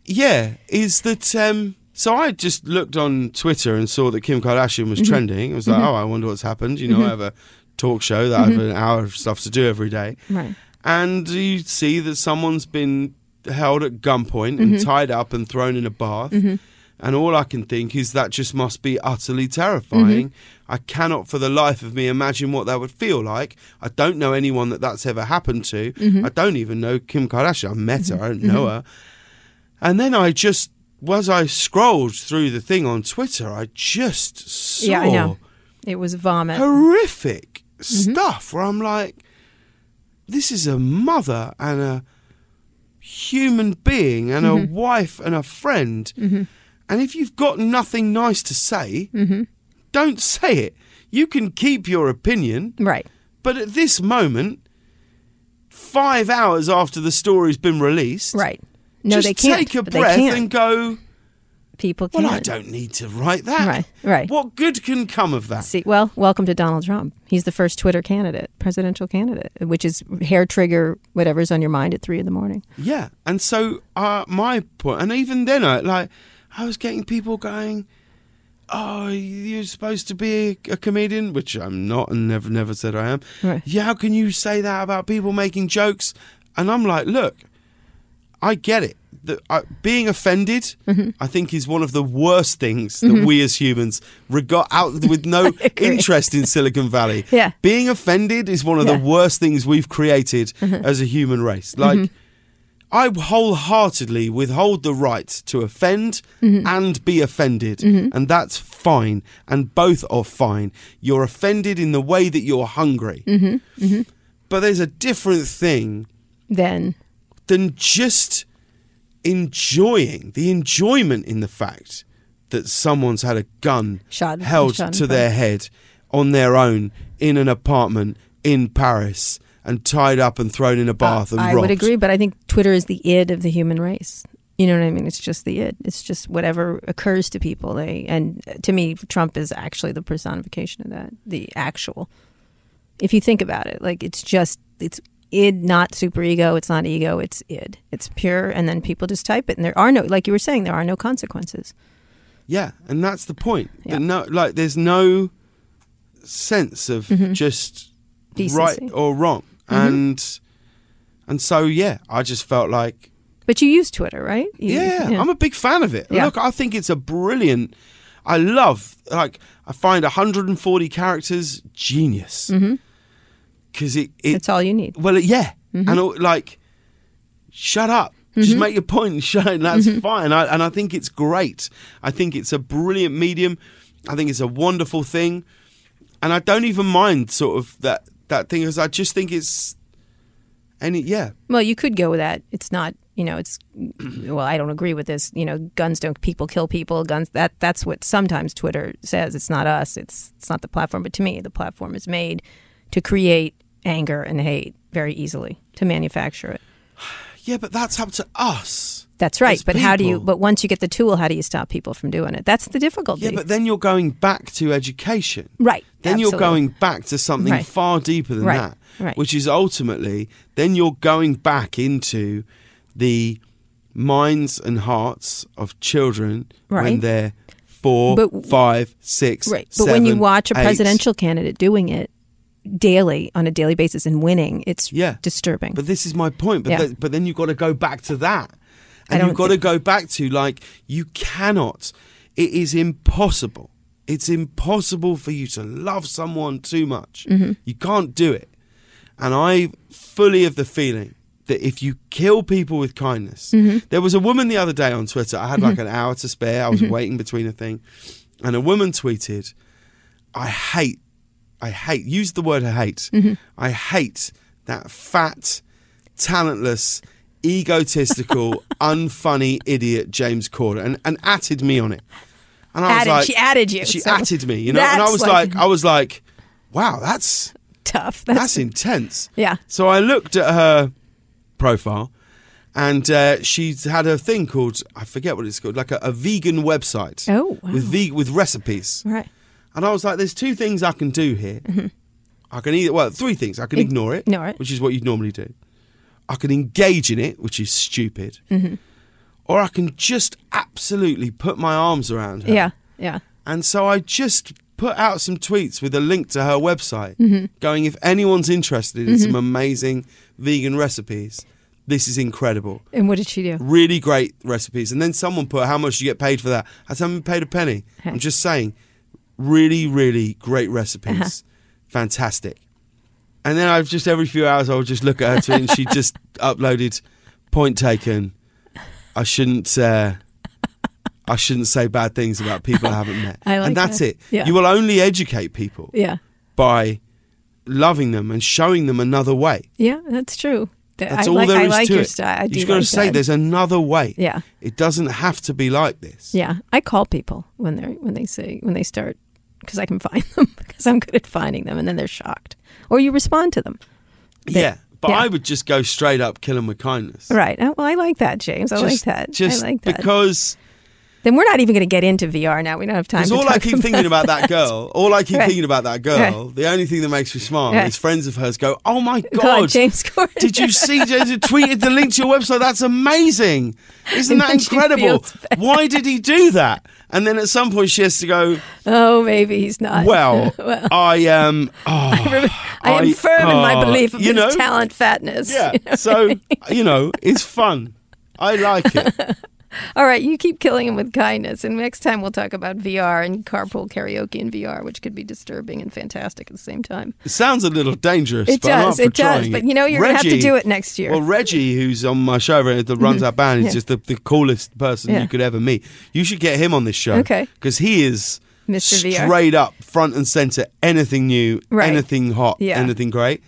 Yeah, is that um so I just looked on Twitter and saw that Kim Kardashian was trending. I was like, oh, I wonder what's happened. You know, I have a talk show that I have an hour of stuff to do every day. Right. And you see that someone's been held at gunpoint and tied up and thrown in a bath. And all I can think is that just must be utterly terrifying. I cannot for the life of me imagine what that would feel like. I don't know anyone that that's ever happened to. I don't even know Kim Kardashian. I met her, I don't know her. And then I just, as I scrolled through the thing on Twitter, I just saw Yeah, I know. Mm-hmm. It was vomit. horrific stuff where I'm like, this is a mother and a human being and Mm-hmm. a wife and a Mm-hmm. friend. And if you've got nothing nice to say, don't say it. You can keep your opinion, Right. but at this moment, five hours after the story's been released, Right. No, just they can't. take a but they breath can't. and go. people can. Well, I don't need to write that. Right, right. What good can come of that? See, well, welcome to Donald Trump. He's the first Twitter candidate, presidential candidate, which is hair trigger whatever's on your mind at three in the morning. Yeah, and so uh, my point, and even then, I like I was getting people going, "Oh, you're supposed to be a, a comedian," which I'm not, and never never said I am. Right. Yeah, how can you say that about people making jokes? And I'm like, look, I get it. The, uh, being offended, Mm-hmm. I think, is one of the worst things that we as humans regard out [LAUGHS] with no interest in Silicon Valley. Yeah. being offended is one of Yeah. Mm-hmm. the worst things we've created as a human race. Like. I wholeheartedly withhold the right to offend Mm-hmm. and be offended, and that's fine. And both are fine. You're offended in the way that you're hungry, Mm-hmm. but there's a different thing Then, than just enjoying the enjoyment in the fact that someone's had a gun Schaden- held to Schadenfreude. their head on their own in an apartment in Paris and tied up and thrown in a bath and Uh, I robbed. would agree, but I think Twitter is the id of the human race. You know what I mean? It's just the id. It's just whatever occurs to people. They and to me, Trump is actually the personification of that. The actual, if you think about it, like it's just it's id, not superego. It's not ego. It's id. It's pure, and then people just type it, and there are no, like you were saying, there are no consequences. Yeah, and that's the point. Yeah. That no, like there's no sense of just Mm-hmm. Decency. Mm-hmm. right or wrong, and and so yeah, I just felt like But you use Twitter, right? You- yeah, I'm a big fan of it. Yeah. Look, I think it's a brilliant. I love like I find 140 characters genius Mm-hmm. because it, it That's all you need. well, yeah, and all, like, shut up. Just make your point and [LAUGHS] shut it. And that's fine. I, and I think it's great. I think it's a brilliant medium. I think it's a wonderful thing, and I don't even mind sort of that that thing because I just think it's any yeah Well, you could go with that. It's not, you know, it's Mm-hmm. well, I don't agree with this. You know, guns don't people kill people. Guns that that's what sometimes Twitter says. It's not us. It's it's not the platform. But to me, the platform is made to create anger and hate very easily to manufacture it. yeah. But that's up to us. That's right. It's but how do you? people. But once you get the tool, how do you stop people from doing it? That's the difficulty. Yeah, but then you're going back to education. right. Then absolutely. you're going back to something Right. far deeper than Right, that, right. which is ultimately then you're going back into the minds and hearts of children when Right. they're four, But- five, six, Right. But when you seven, watch a eight. presidential candidate doing it daily on a daily basis and winning, it's Yeah. disturbing. But this is my point. But Yeah. th- but then you've got to go back to that, I and don't you've got think- to go back to like you cannot. It is impossible. It's impossible for you to love someone too much. Mm-hmm. You can't do it. And I fully of the feeling that if you kill people with kindness, Mm-hmm. there was a woman the other day on Twitter. I had like an hour to spare. I was Mm-hmm. waiting between a thing, and a woman tweeted, I hate, I hate, use the word I hate. Mm-hmm. I hate that fat, talentless, [LAUGHS] egotistical, unfunny idiot James Corden and, and atted me on it. And I Added- was like, she added you, She so atted me, you know? And I that's was like- like, I was like, wow, that's, Tough. that's intense. Yeah. So I looked at her profile, and uh, she's had a thing called I forget what it's called, like a, a vegan website. Oh, wow. with ve- with recipes. Right. And I was like, "There's two things I can do here. I can either well, three things. I can Ig- ignore it, Mm-hmm. ignore it. which is what you'd normally do. I can engage in it, which is stupid, Mm-hmm. or I can just absolutely put my arms around her. Yeah. Yeah. And so I just put out some tweets with a link to her website Mm-hmm. going, if anyone's interested in some amazing vegan recipes, this is incredible. And what did she do? Really great recipes. And then someone put, how much do you get paid for that? I said, I haven't been paid [LAUGHS] a penny. I'm just saying, really, really great recipes. Uh-huh. Fantastic. And then I've just, every few hours, I would just look at her tweet and she [LAUGHS] just uploaded, point taken. I shouldn't. Uh, I shouldn't say bad things about people I haven't met. [LAUGHS] I like and that's that. it. Yeah. You will only educate people Yeah. by loving them and showing them another way. Yeah, that's true. Th- That's I all like, there is I like to your it. style. I you do just got like to say that. there's another way. Yeah. It doesn't have to be like this. Yeah, I call people when they are when they say when they start because I can find [LAUGHS] them because I'm good at finding them, and then they're shocked, or you respond to them. yeah, but yeah. I would just go straight up, kill him with kindness. Right. Oh, well, I like that, James. I like that. Just I like that. because then we're not even going to get into VR now. We don't have time. Because to all I talk keep thinking about that girl, all I keep Right. thinking about that girl, the only thing that makes me smile Right. is friends of hers go, "Oh my god, [LAUGHS] God, James Corden. Did [LAUGHS] you see James had tweeted the link to your website? That's amazing! Isn't And that then [LAUGHS] she incredible? feels bad. Why did he do that?" And then at some point she has to go, Oh, maybe he's not. "Well, I um, [LAUGHS] oh, I am I- firm in my uh, belief of you his know? talent fatness. [LAUGHS] yeah." So you know, it's fun. I like it. All right, you keep killing him with kindness, and next time we'll talk about VR and carpool karaoke in VR, which could be disturbing and fantastic at the same time. It sounds a little dangerous. It but I'm does, up for it does, trying but you know you're gonna have to Reggie- do it next year. Mm-hmm. Well, Reggie, who's on my show right, that runs our band, is Yeah. just the, the coolest person Yeah. you could ever meet. You should get him on this show, Okay. Because he is Mr. VR. straight up front and center. Anything new, Right. anything hot, Yeah. anything great,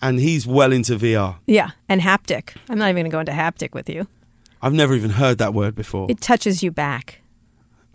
and he's well into VR. Yeah, and haptic. I'm not even going to go into haptic with you. I've never even heard that word before. It touches you back.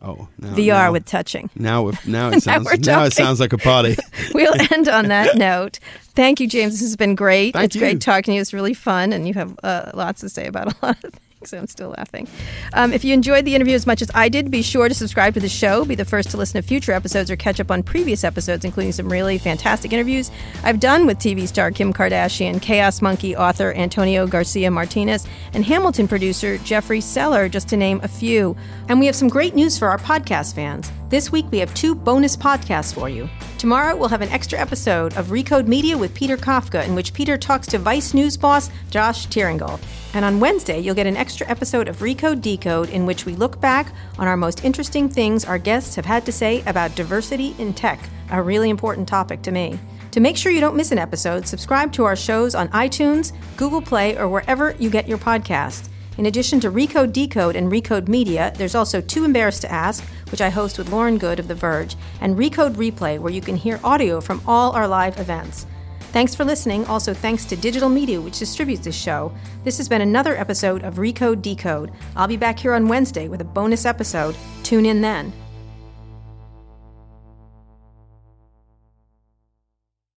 oh, now, VR now- with touching. Now, [LAUGHS] it- now it sounds we're now, it talking. sounds like [LAUGHS] a party. We'll end on [LAUGHS] that note. Thank you, James. This has been great. Thank it's great you. talking to you. It's really fun, and you have uh, lots to say about a [LAUGHS] lot of things. I'm still laughing. Um, if you enjoyed the interview as much as I did, be sure to subscribe to the show. Be the first to listen to future episodes or catch up on previous episodes, including some really fantastic interviews I've done with TV star Kim Kardashian, Chaos Monkey author Antonio Garcia Martinez, and Hamilton producer Jeffrey Seller, just to name a few. And we have some great news for our podcast fans. This week we have two bonus podcasts for you. Tomorrow we'll have an extra episode of Recode Media with Peter Kafka, in which Peter talks to Vice News boss Josh Tieringal. And on Wednesday, you'll get an extra episode of Recode Decode, in which we look back on our most interesting things our guests have had to say about diversity in tech, a really important topic to me. To make sure you don't miss an episode, subscribe to our shows on iTunes, Google Play, or wherever you get your podcasts. In addition to Recode Decode and Recode Media, there's also Too Embarrassed to Ask, which I host with Lauren Good of The Verge, and Recode Replay, where you can hear audio from all our live events. Thanks for listening. Also, thanks to Digital Media, which distributes this show. This has been another episode of Recode Decode. I'll be back here on Wednesday with a bonus episode. Tune in then.